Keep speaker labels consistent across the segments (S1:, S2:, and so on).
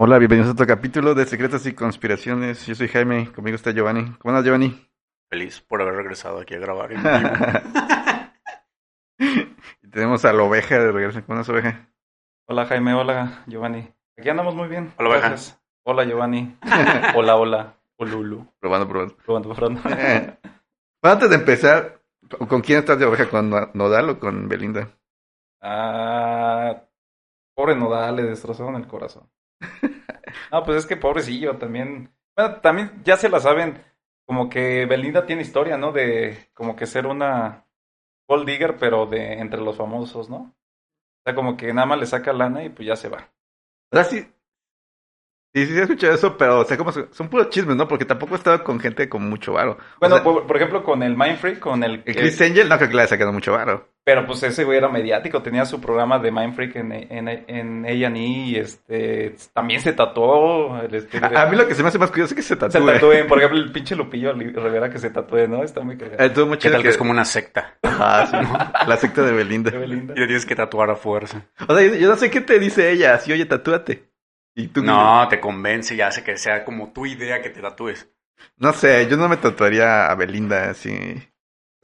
S1: Hola, bienvenidos a otro capítulo de Secretas y Conspiraciones. Yo soy Jaime, conmigo está Giovanni. ¿Cómo andas, Giovanni?
S2: Feliz por haber regresado aquí a grabar. en vivo.
S1: Y tenemos a la oveja de regreso. ¿Cómo andas, oveja?
S3: Hola Jaime, hola Giovanni. Aquí andamos muy bien.
S2: Hola, oveja.
S3: Gracias. Hola Giovanni. Hola, hola. Olulu.
S1: Probando, probando.
S3: Probando, probando.
S1: Eh, bueno, antes de empezar, ¿con, con quién estás de oveja? ¿Con No- Nodal o con Belinda?
S3: Ah, pobre Nodal, le destrozaron el corazón. No, pues es que pobrecillo también. Bueno, también ya se la saben. Como que Belinda tiene historia, ¿no? De como que ser una gold digger, pero de entre los famosos, ¿no? O sea, como que nada más le saca lana y pues ya se va.
S1: O sea, sí. Sí, sí, he escuchado eso, pero o sea, como son, son puros chismes, ¿no? Porque tampoco he estado con gente con mucho varo. O
S3: Bueno,
S1: sea,
S3: por, por ejemplo, con el Mindfree, con el...
S1: el
S3: que-
S1: Chris Angel no creo que le haya sacado mucho varo.
S3: Pero pues ese güey era mediático, tenía su programa de Mind Freak en, en, en A&E y este, también se tatuó. el este-
S1: A, a mí lo que se me hace más curioso es que eh, se
S3: se
S1: tatúe.
S3: tatúe, por ejemplo, el pinche Lupillo Li- Rivera que se tatúe, ¿no? Está muy cagado.
S1: Estuvo muy
S2: ¿Qué
S1: chido
S2: tal que es como una secta?
S1: Ajá, sí, ¿no? La secta de Belinda.
S3: Qué linda.
S2: Y le tienes que tatuar a fuerza.
S1: O sea, yo, yo no sé qué te dice ella, así, oye, tatúate. Y tú
S2: No, te convence y hace que sea como tu idea que te tatúes.
S1: No sé, yo no me tatuaría a Belinda así.
S3: Es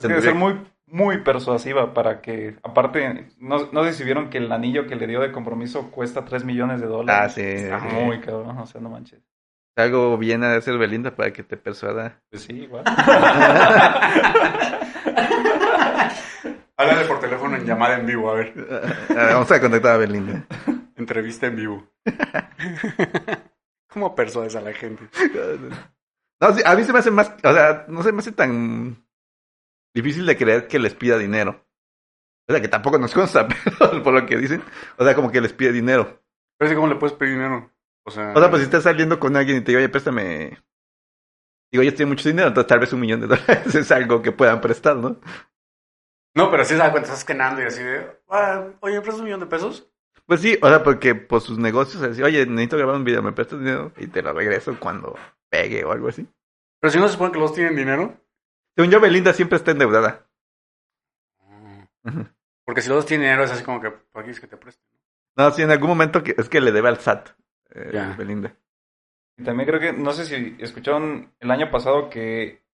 S3: que debe ser muy, muy persuasiva para que, aparte, no, no sé si vieron que el anillo que le dio de compromiso cuesta 3 millones de
S1: Ah,
S3: dólares.
S1: sí.
S3: Está
S1: sí.
S3: muy cabrón, o sea, no manches.
S1: Algo bien a hacer Belinda para que te persuada.
S3: Pues sí, igual.
S2: Háblale por teléfono en llamada en vivo, a ver.
S1: A ver, Ah, vamos a contactar a Belinda.
S2: Entrevista en vivo. ¿Cómo persuades a la gente?
S1: No, sí, a mí se me hace más, o sea, no se me hace tan difícil de creer que les pida dinero. O sea, que tampoco nos consta, pero por lo que dicen, o sea, como que les pide dinero.
S2: Pero es que ¿cómo le puedes pedir dinero? O sea,
S1: O sea, pues si estás saliendo con alguien y te digo, oye, préstame. Digo, yo tengo mucho dinero, entonces tal vez un millón de dólares es algo que puedan prestar, ¿no?
S2: No, pero si se da cuenta, estás cenando y así de... "Ah, Oye, ¿me prestas un millón de pesos?
S1: Pues sí, o sea, porque por sus negocios, así, oye, necesito grabar un video, me prestas dinero y te lo regreso cuando pegue o algo así.
S2: Pero si no se supone que los tienen dinero.
S1: Según yo, Belinda siempre está endeudada. Ujú.
S2: Porque si los tienen dinero es así como que... ¿Para qué es que te presten?
S1: No, sí, en algún momento que, es que le debe al SAT, eh,
S2: Ya.
S1: Belinda.
S3: Y también creo que, no sé si escucharon el año pasado que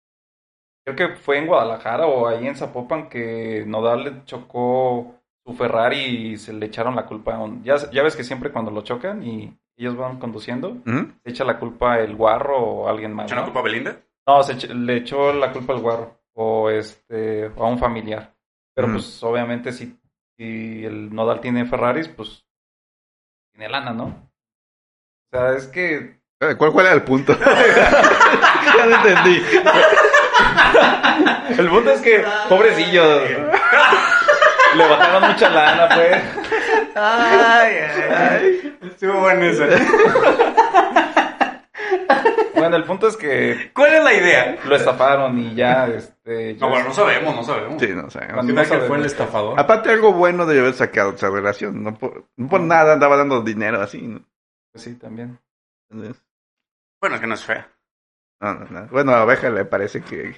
S3: creo que fue en Guadalajara o ahí en Zapopan que Nodal le chocó su Ferrari y se le echaron la culpa. a un- Ya, ya ves que siempre cuando lo chocan y ellos van conduciendo,
S1: Ujú.
S3: se echa la culpa el guarro o alguien más,
S2: ¿Echan la
S3: ¿no?
S2: culpa a Belinda?
S3: No, se ech- le echó la culpa al guarro o este o a un familiar. Pero
S1: Ujú.
S3: pues obviamente si, si el Nodal tiene Ferraris, pues tiene lana, ¿no? O sea, es que
S1: Eh, ¿Cuál, ¿Cuál era el punto? ya no entendí.
S3: El punto es que, pobrecillo, le bajaron mucha lana, pues.
S2: Ay, ay, Estuvo bueno eso.
S3: Bueno, el punto es que
S2: ¿Cuál es la idea?
S3: lo estafaron y ya, este... ya-
S2: No, bueno, no sabemos, no sabemos.
S1: Sí, no sabemos. Ah,
S3: Cuando-
S2: ¿Qué tal que
S3: sabemos.
S2: fue el estafador?
S1: Aparte, algo bueno de haber sacado esa relación. No por, no por nada andaba dando dinero así. ¿no?
S3: Sí, también.
S1: Entonces,
S2: Bueno, es que no es fea.
S1: no, no, no. Bueno, a Oveja le parece que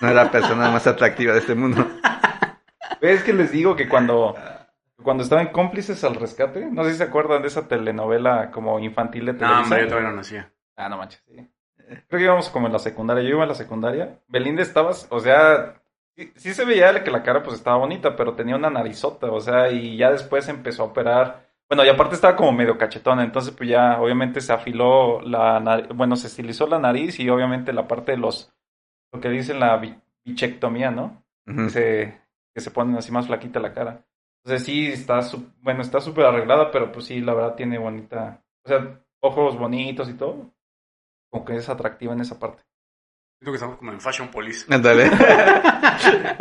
S1: no es la persona más atractiva de este mundo.
S3: Es que les digo que cuando, cuando estaban cómplices al rescate, no sé si se acuerdan de esa telenovela como infantil de
S2: No,
S3: Televisa.
S2: hombre, yo todavía no nacía.
S3: Ah, no manches, sí. Creo que íbamos como en la secundaria. Yo iba en la secundaria. Belinda estabas, o sea, sí, sí se veía que la cara pues estaba bonita, pero tenía una narizota, o sea, y ya después empezó a operar. Bueno, y aparte estaba como medio cachetona, entonces pues ya obviamente se afiló la nariz, bueno, se estilizó la nariz y obviamente la parte de los, lo que dicen la bi- bichectomía, ¿no?
S1: Ujú.
S3: que se, que se ponen así más flaquita la cara. Entonces sí, está, su- bueno, está súper arreglada, pero pues sí, la verdad tiene bonita, o sea, ojos bonitos y todo. Como que es atractiva en esa parte.
S2: Siento que estamos como en Fashion Police.
S1: Ándale.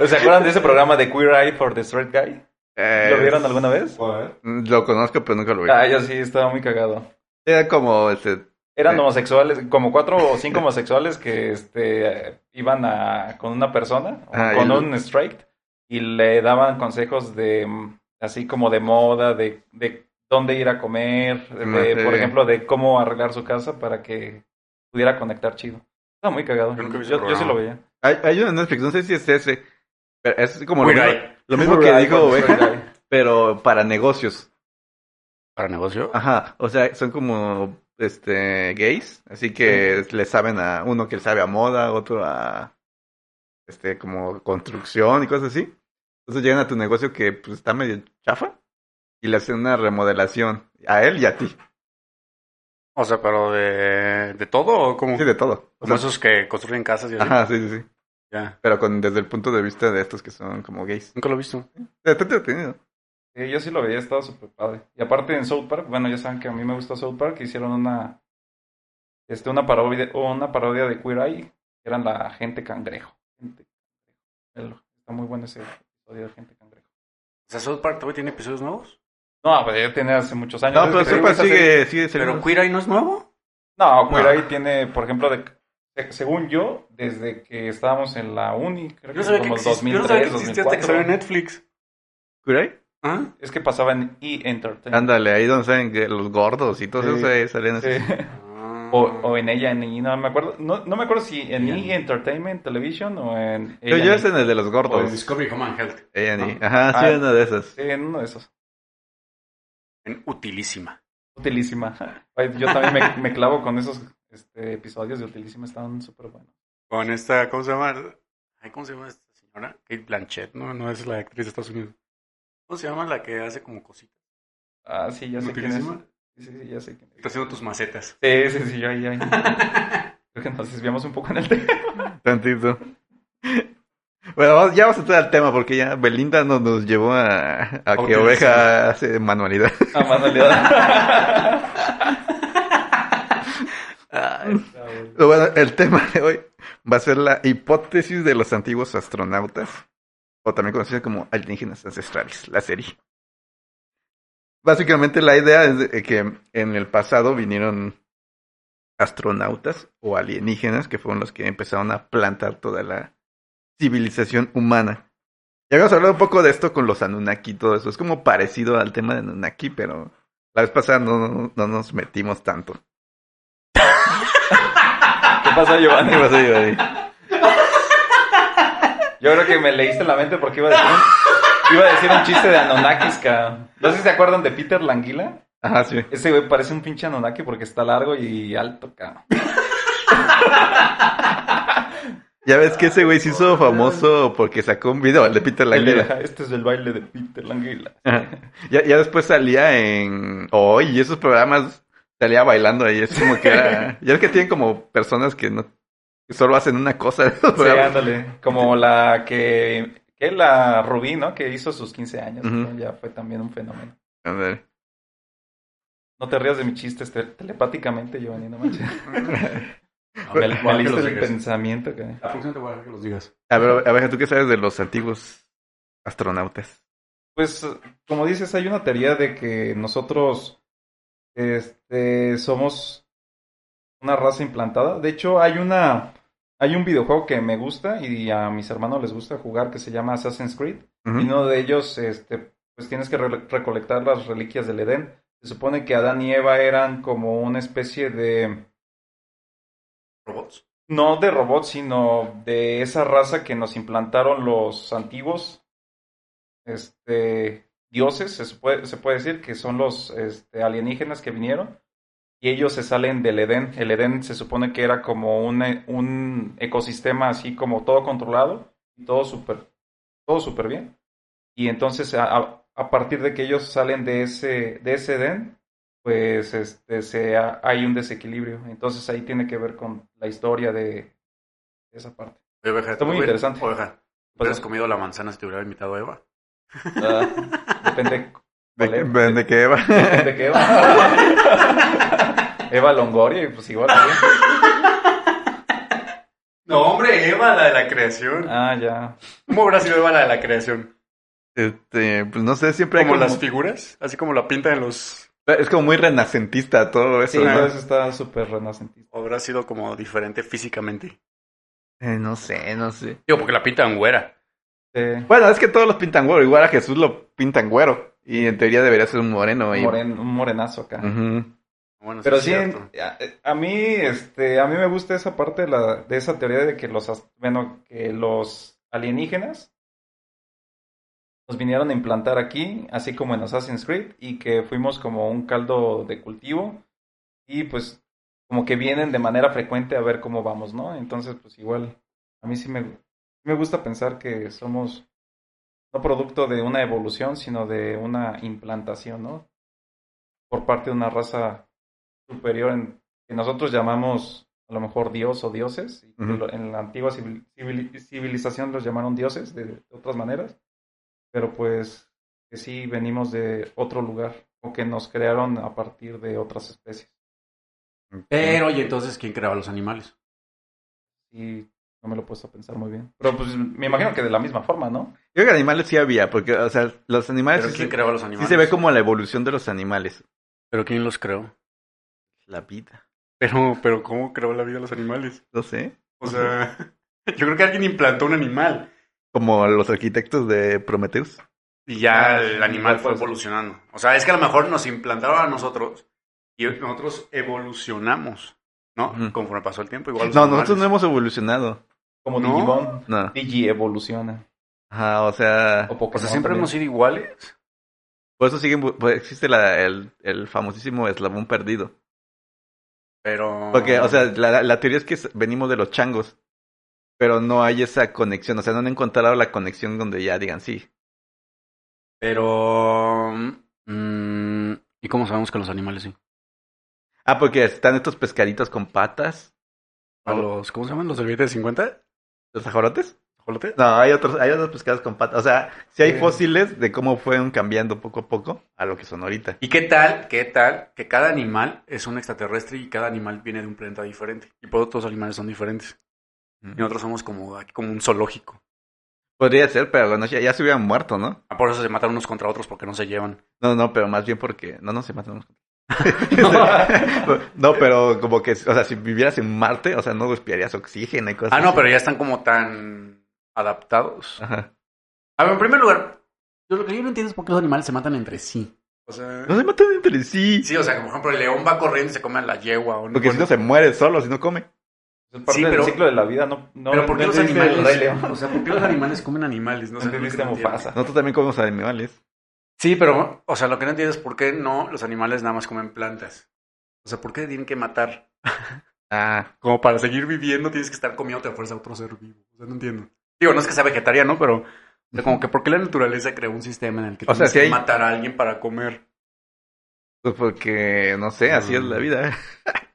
S3: ¿Se acuerdan de ese programa de Queer Eye for the Straight Guy?
S1: Eh,
S3: ¿Lo vieron alguna vez?
S1: Lo conozco, pero nunca lo vi.
S3: Ah, yo sí, estaba muy cagado.
S1: Era como este.
S3: Eran
S1: Sí.
S3: homosexuales, como cuatro o cinco homosexuales que este, iban a, con una persona, o
S1: Ah,
S3: con
S1: y-
S3: un straight, y le daban consejos de, mm, así como de moda, de, de dónde ir a comer, de,
S1: Ah, sí.
S3: por ejemplo, de cómo arreglar su casa para que pudiera conectar chido. Estaba muy cagado.
S2: Yo nunca vi ese
S3: Yo, yo sí
S2: programa.
S3: lo veía.
S1: Hay, hay uno en Netflix, no sé si es ese. Pero es como lo
S2: Queer
S1: mismo,
S2: Eye.
S1: lo mismo que
S3: Queer Eye
S1: dijo
S3: for the
S1: Oveja,
S3: Straight Guy.
S1: pero para negocios.
S2: ¿Para negocio?
S1: Ajá, o sea, son como este gays, así que le saben a uno que sabe a moda, otro a este como construcción y cosas así. Entonces llegan a tu negocio que pues está medio chafa y le hacen una remodelación a él y a ti,
S2: O sea, pero de, de todo o como,
S1: sí de todo. O
S2: como
S1: sea,
S2: esos que construyen casas y así.
S1: ajá, sí, sí, sí.
S2: Ya.
S1: Pero con desde el punto de vista de estos que son como gays. Eh,
S2: Nunca lo he visto.
S1: Está entretenido.
S3: Sí, yo sí lo veía, estaba súper padre. Y aparte en South Park, bueno, ya saben que a mí me gusta South Park, hicieron una, este, una parodia, una parodia de Queer Eye, que eran la gente cangrejo. Gente Cangrejo. Está muy bueno ese episodio de gente cangrejo.
S2: O sea, South Park todavía tiene episodios nuevos.
S3: No, pero ya tiene hace muchos años.
S1: No, pero
S3: Es que te
S1: South Park
S3: digo, esa serie-
S1: sigue, sigue
S2: Pero
S1: saliendo.
S2: Queer Eye no es nuevo.
S3: No, Queer
S2: No.
S3: Eye tiene, por ejemplo, de, de- según yo, desde que estábamos en la uni, creo
S2: Yo no
S3: que
S2: sabía que
S3: como el
S2: existía. Yo no sabía
S3: 2003,
S2: que existía este hasta que salió en
S3: 2004.
S2: Netflix.
S1: ¿Curay?
S2: ¿Ah?
S3: Es que pasaba en E! E-Entertainment.
S1: Ándale, ahí donde salen que los gordos y todo
S3: Sí.
S1: eso ahí salen así.
S3: Sí.
S2: ¿Ah?
S3: O, o en ella, en E! no me acuerdo, no, no me acuerdo si en
S2: Mm. Ella.
S3: E! Entertainment Television o en
S1: Yo,
S3: ella.
S1: yo es en el de los
S2: O en
S1: gordos.
S2: Discovery Home and Health.
S1: A&E.
S2: ¿no?
S1: Ajá, sí,
S3: Ah.
S1: una de esas.
S3: Sí, en uno de esos.
S2: En Utilísima.
S3: Utilísima. Ay, Yo también me, me clavo con esos este, episodios de Utilísima, estaban súper buenos.
S2: Con esta, ¿cómo se llama? Ay, ¿Cómo se llama esta señora? Kate Blanchett, ¿no? No es la actriz de Estados Unidos. ¿Cómo se llama la que hace como cositas?
S3: Ah, sí, ya sé quién es.
S2: Utilísima.
S3: Sí, sí, sí, ya sé quién
S2: Está haciendo tus macetas.
S3: es. Sí, sí, sí, yo ahí, ahí. Creo que nos desviamos un poco en el tema.
S1: Tantito. Bueno, vamos- ya vamos a entrar al tema porque ya Belinda nos, nos llevó a, a que
S2: Ok,
S1: Oveja hace manualidad.
S3: A manualidad.
S1: Pero Bueno, el tema de hoy va a ser la hipótesis de los antiguos astronautas, o también conocida como alienígenas ancestrales, la serie. Básicamente la idea es de que en el pasado vinieron astronautas o alienígenas que fueron los que empezaron a plantar toda la civilización humana. Ya habíamos hablado un poco de esto con los Anunnaki y todo eso. Es como parecido al tema de Anunnaki, pero la vez pasada no- no- no nos metimos tanto.
S3: ¿Qué pasa, Giovanni?
S1: ¿Qué pasó, Giovanni?
S3: Yo creo que me leíste la mente porque iba a decir un, iba a decir un chiste de Anunnakis, cabrón. No sé si se acuerdan de Peter Languila.
S1: Ajá, sí.
S3: Ese güey parece un pinche Anunnaki porque está largo y alto, cabrón.
S1: Ya ves que ese güey se hizo famoso porque sacó un video el de Peter Languila.
S3: Este es el baile de Peter Languila.
S1: Ajá. Ya, ya después salía en Hoy y esos programas salía bailando ahí. Es como que era. Ya es que tienen como personas que no que solo hacen una cosa. de esos
S3: Sí,
S1: programas.
S3: ándale. eh, Como la que... Que la Rubí, ¿no? Que hizo sus 15 años.
S1: Ujú.
S3: ¿no? Ya fue también un fenómeno.
S1: Ándale.
S3: No te rías de mis chistes te- telepáticamente, Giovanni, no manches.
S2: No, me-
S3: Me, me
S2: me leíste
S3: leíste
S2: los
S3: este el
S2: digas.
S3: pensamiento, cabrón.
S2: La función te voy a dejar que los digas.
S1: A ver, a ver, ¿tú qué sabes de los antiguos astronautas?
S3: Pues, como dices, hay una teoría de que nosotros este, somos una raza implantada. De hecho, hay una, hay un videojuego que me gusta y a mis hermanos les gusta jugar que se llama Assassin's Creed.
S1: Ujú.
S3: Y uno de ellos, este, pues tienes que re- recolectar las reliquias del Edén. Se supone que Adán y Eva eran como una especie de,
S2: ¿Robots?
S3: no de robots, sino de esa raza que nos implantaron los antiguos este, dioses, se puede, se puede decir, que son los este, alienígenas que vinieron. Y ellos se salen del Edén. El Edén se supone que era como un, e- un ecosistema así como todo controlado, y todo súper todo súper bien. Y entonces a, a- a partir de que ellos salen de ese, de ese Edén, pues este, se, ha- hay un desequilibrio. Entonces ahí tiene que ver con la historia de esa parte.
S2: Oye, Oveja,
S3: Está muy
S2: oye,
S3: interesante.
S2: Oveja,
S3: Pues-
S2: hubieras comido la manzana si te hubiera invitado a Eva.
S3: Ah, depende
S1: ¿De,
S3: cuál era.
S1: de- de qué va?
S3: ¿De qué Eva? Eva Longoria, y pues igual. ¿sí?
S2: No, hombre, Eva, la de la creación.
S3: Ah, ya.
S2: ¿Cómo habrá sido Eva la de la creación?
S1: Este, pues no sé, siempre hay
S2: ¿Como
S1: como,
S2: las figuras? Así como la pinta en los...
S1: es como muy renacentista todo eso,
S3: Sí,
S1: ¿no?
S3: entonces está súper renacentista.
S2: ¿O habrá sido como diferente físicamente?
S1: Eh, no sé, no sé.
S2: Digo, porque la pintan güera.
S3: Eh,
S1: Bueno, es que todos los pintan güero, igual a Jesús lo pintan güero. Y en teoría debería ser un moreno. y-
S3: moren- un morenazo acá.
S1: Ujú.
S2: Bueno,
S3: Pero
S2: es
S3: sí,
S2: cierto.
S3: a, a mí, este, a mí me gusta esa parte de, la, de esa teoría de que los, as- bueno, que los alienígenas nos vinieron a implantar aquí, así como en Assassin's Creed, y que fuimos como un caldo de cultivo y pues como que vienen de manera frecuente a ver cómo vamos, ¿no? Entonces, pues igual, a mí sí me, me gusta pensar que somos no producto de una evolución, sino de una implantación, ¿no? Por parte de una raza superior en, que nosotros llamamos a lo mejor dios o dioses. y que
S1: Ujú.
S3: lo- En la antigua civil- civil- civilización los llamaron dioses de, de otras maneras, pero pues que sí venimos de otro lugar o que nos crearon a partir de otras especies.
S2: Pero, y entonces, ¿quién creaba los animales?
S3: Y no me lo he puesto a pensar muy bien. Pero pues me imagino que de la misma forma, ¿no?
S1: Yo creo que animales sí había, porque, o sea, los animales
S2: ¿Pero
S1: Ah, sí,
S2: quién
S1: se-
S2: creaba los
S1: sí
S2: animales?
S1: se ve como la evolución de los animales.
S2: ¿Pero quién los creó?
S1: La vida.
S2: Pero, pero ¿cómo creó la vida los animales?
S1: No sé.
S2: O sea, yo creo que alguien implantó un animal.
S1: Como los arquitectos de Prometheus.
S2: Y ya
S3: Ah,
S2: el
S3: sí,
S2: animal
S3: ya
S2: fue
S3: puede ser.
S2: evolucionando. O sea, es que a lo mejor nos implantaron a nosotros y nosotros evolucionamos, ¿no?
S1: Ujú.
S2: Conforme pasó el tiempo, igual. los
S1: No,
S2: animales.
S1: nosotros no hemos evolucionado.
S3: Como
S2: ¿No?
S3: Digimon,
S1: No.
S3: Digi evoluciona.
S1: Ajá, o sea,
S3: O
S2: O
S3: Pokémon
S2: sea, siempre
S3: también.
S2: hemos sido iguales.
S1: por eso siguen, bu- pues, existe la- el, el famosísimo eslabón perdido.
S2: Pero.
S1: Porque, o sea, la, la teoría es que s- venimos de los changos, pero no hay esa conexión, o sea, no han encontrado la conexión donde ya digan sí.
S2: Pero. mm, ¿Y cómo sabemos que los animales sí?
S1: Ah, porque están estos pescaditos con patas,
S2: A los, ¿Cómo se llaman? ¿Los servilletes de 50?
S1: los ajolotes.
S2: ¿Jolote?
S1: No, hay otros, hay otros pescados con patas. O sea, sí hay
S2: Sí.
S1: fósiles de cómo fueron cambiando poco a poco a lo que son ahorita.
S2: ¿Y qué tal, qué tal que cada animal es un extraterrestre y cada animal viene de un planeta diferente? Y por otros animales son diferentes. Y nosotros somos como, aquí como un zoológico.
S1: Podría ser, pero no, ya, ya se hubieran muerto, ¿no?
S2: Ah, Por eso se matan unos contra otros porque no se llevan.
S1: No, no, pero más bien porque. No, no se mataron. no. pero como que, o sea, si vivieras en Marte, o sea, no respirarías oxígeno y cosas
S2: Ah, no,
S1: así.
S2: pero ya están como tan adaptados.
S1: Ajá.
S2: A ver, en primer lugar, yo lo que yo no entiendo es por qué los animales se matan entre sí. O sea,
S1: No se matan entre sí.
S2: sí, o sea, como por ejemplo, el león va corriendo y se come a la yegua. O no,
S1: Porque si no
S2: Bueno,
S1: se muere solo, si no come.
S3: Es parte
S2: Sí,
S3: del
S2: pero-
S3: ciclo de la vida, no. no
S2: Pero ¿por qué
S3: no
S2: los
S3: entendiste el Rey
S2: animales?
S3: León.
S2: O sea, ¿por qué los animales comen animales? No sé, no
S3: Entendiste
S2: lo entiendo.
S3: Mufasa.
S1: Nosotros también comemos animales.
S2: Sí, pero, o sea, lo que no entiendo es por qué no los animales nada más comen plantas. O sea, ¿por qué tienen que matar?
S1: Ah,
S2: Como para seguir viviendo tienes que estar comiendo a fuerza a otro ser vivo. O sea, no entiendo. Digo, no es que sea vegetariano, pero o sea, como que ¿por qué la naturaleza creó un sistema en el que
S1: O sea,
S2: tienes
S1: si
S2: que
S1: hay-
S2: matar a alguien para comer?
S1: pues porque, no sé, así es la vida.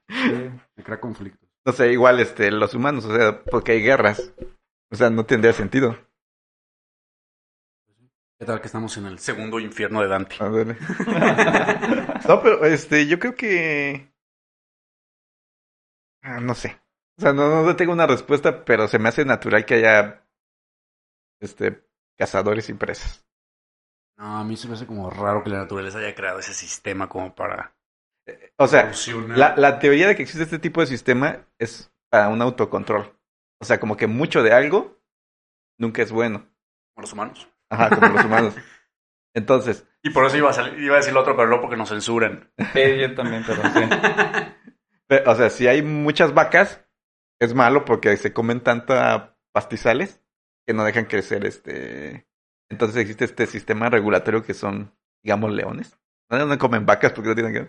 S3: Sí.
S2: Me crea conflicto.
S1: No sé, igual este, los humanos, o sea, porque hay guerras. O sea, no tendría sentido.
S2: ¿Qué tal que estamos en el segundo infierno de Dante?
S1: Ándale. No, pero este, yo creo que. Ah, no sé. O sea, no, no tengo una respuesta, pero se me hace natural que haya este cazadores y presas.
S2: No, a mí se me hace como raro que la naturaleza haya creado ese sistema como para
S1: O sea,
S2: solucionar.
S1: La, la teoría de que existe este tipo de sistema es para un autocontrol. O sea, como que mucho de algo nunca es bueno.
S2: como los humanos.
S1: Ajá, como los humanos. Entonces,
S2: Y por eso iba a, salir- iba a decir lo otro, pero no porque nos censuran.
S3: Sí, yo también, pero sí.
S1: pe- o sea, si hay muchas vacas, es malo porque se comen tanta pastizales que no dejan crecer este... Entonces existe este sistema regulatorio que son, digamos, leones. No, no comen vacas porque no tienen que...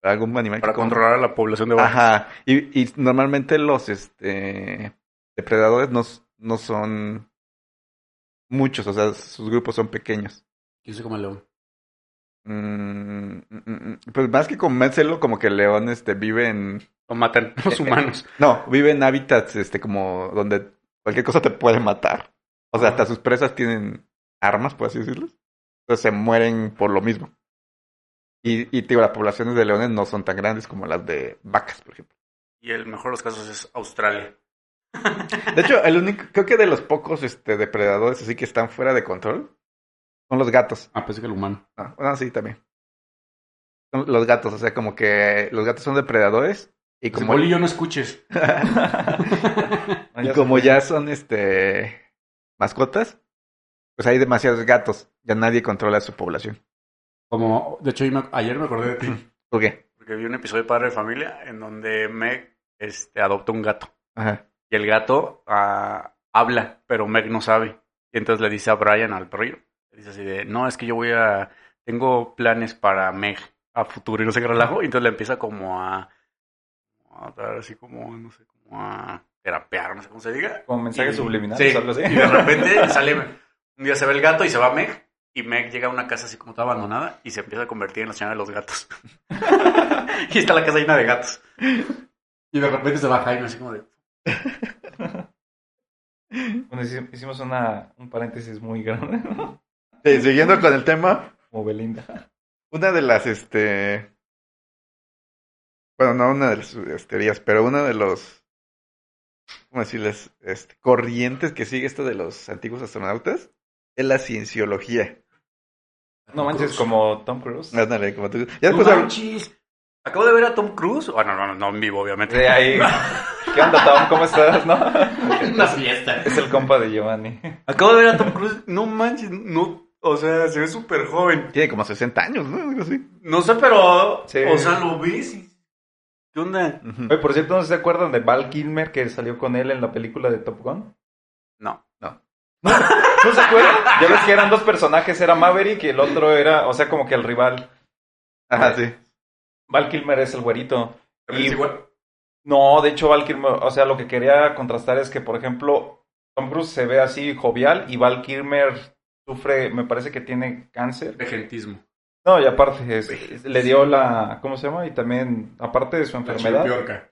S1: pero Algún animal que
S2: Para
S1: coma.
S2: controlar a la población de vacas.
S1: Ajá. Y, y normalmente los este depredadores no, s- no son muchos, o sea, sus grupos son pequeños.
S2: Yo soy como el león.
S1: Mm, mm, mm, mm. pues más que comérselo, como que el león este vive en.
S2: Lo matan los humanos.
S1: No, vive en hábitats este como donde cualquier cosa te puede matar. O sea, hasta sus presas tienen armas, por así decirlo. Entonces se mueren por lo mismo. Y, y te digo, las poblaciones de leones no son tan grandes como las de vacas, por ejemplo.
S2: Y el mejor de los casos es Australia.
S1: De hecho, el único, creo que de los pocos este, depredadores así que están fuera de control son los gatos.
S2: Ah, pensé que el humano.
S1: Ah, bueno, sí, también. Son los gatos, o sea, como que los gatos son depredadores y como,
S2: Bolillo, no escuches.
S1: y como Ah, ya son este mascotas, pues hay demasiados gatos. Ya nadie controla su población.
S2: Como, de hecho, hoy me- ayer me acordé de ti.
S1: ¿Por qué?
S2: Porque vi un episodio de Padre de Familia en donde Meg este, adopta un gato.
S1: Ajá.
S2: Y el gato ah, habla, pero Meg no sabe. Y entonces le dice a Brian, al perrillo, Dice así de, no, es que yo voy a, tengo planes para Meg a futuro y no sé qué relajo. Y entonces la empieza como a, a dar así como, no sé, como a terapear, no sé cómo se diga.
S3: Con mensajes
S2: Y-
S3: subliminales,
S2: sí.
S3: algo así.
S2: Y de repente sale, un día se ve el gato y se va Meg. Y Meg llega a una casa así como toda abandonada y se empieza a convertir en la señora de los gatos. y está la casa llena de gatos. Y de repente se va Jaime así como de,
S3: Bueno, hici- hicimos una, un paréntesis muy grande, ¿no?
S1: Sí, siguiendo con el tema,
S3: como Belinda.
S1: una de las, este... Bueno, no una de las este, teorías, pero una de los... ¿Cómo decirles? Este, corrientes que sigue esto de los antiguos astronautas es la cienciología.
S3: No manches, como Tom Cruise.
S1: Ándale, como tú- Ya
S2: No
S3: pues,
S1: después habl-
S2: manches. Acabo de ver a Tom Cruise. Ah, no, no, no, no en vivo, obviamente.
S3: De ahí. ¿Qué onda, Tom? ¿Cómo estás? ¿No?
S2: En una fiesta.
S3: Es el compa de Giovanni.
S2: Acabo de ver a Tom Cruise. No manches, no. O sea, se ve súper joven.
S1: tiene como 60 años, ¿no? Algo así.
S2: No sé, pero.
S3: Sí.
S2: O sea, lo ves. y- ¿Qué onda?
S1: Ujú.
S3: Oye, por cierto, ¿no se acuerdan de Val Kilmer que salió con él en la película de Top Gun?
S2: No.
S3: ¿No se acuerdan? Ya ves que eran dos personajes, era Maverick y el otro era, o sea, como que el rival.
S1: Ajá, sí.
S3: Val Kilmer es el güerito. Y-
S2: Es igual.
S3: No, de hecho, Val Kilmer, o sea, lo que quería contrastar es que, por ejemplo, Tom Cruise se ve así jovial y Val Kilmer sufre, me parece que tiene cáncer.
S2: Vejentismo.
S3: No, y aparte, es- le dio la, ¿cómo se llama? Y también, aparte de su
S2: La
S3: enfermedad,
S2: chiripiorca.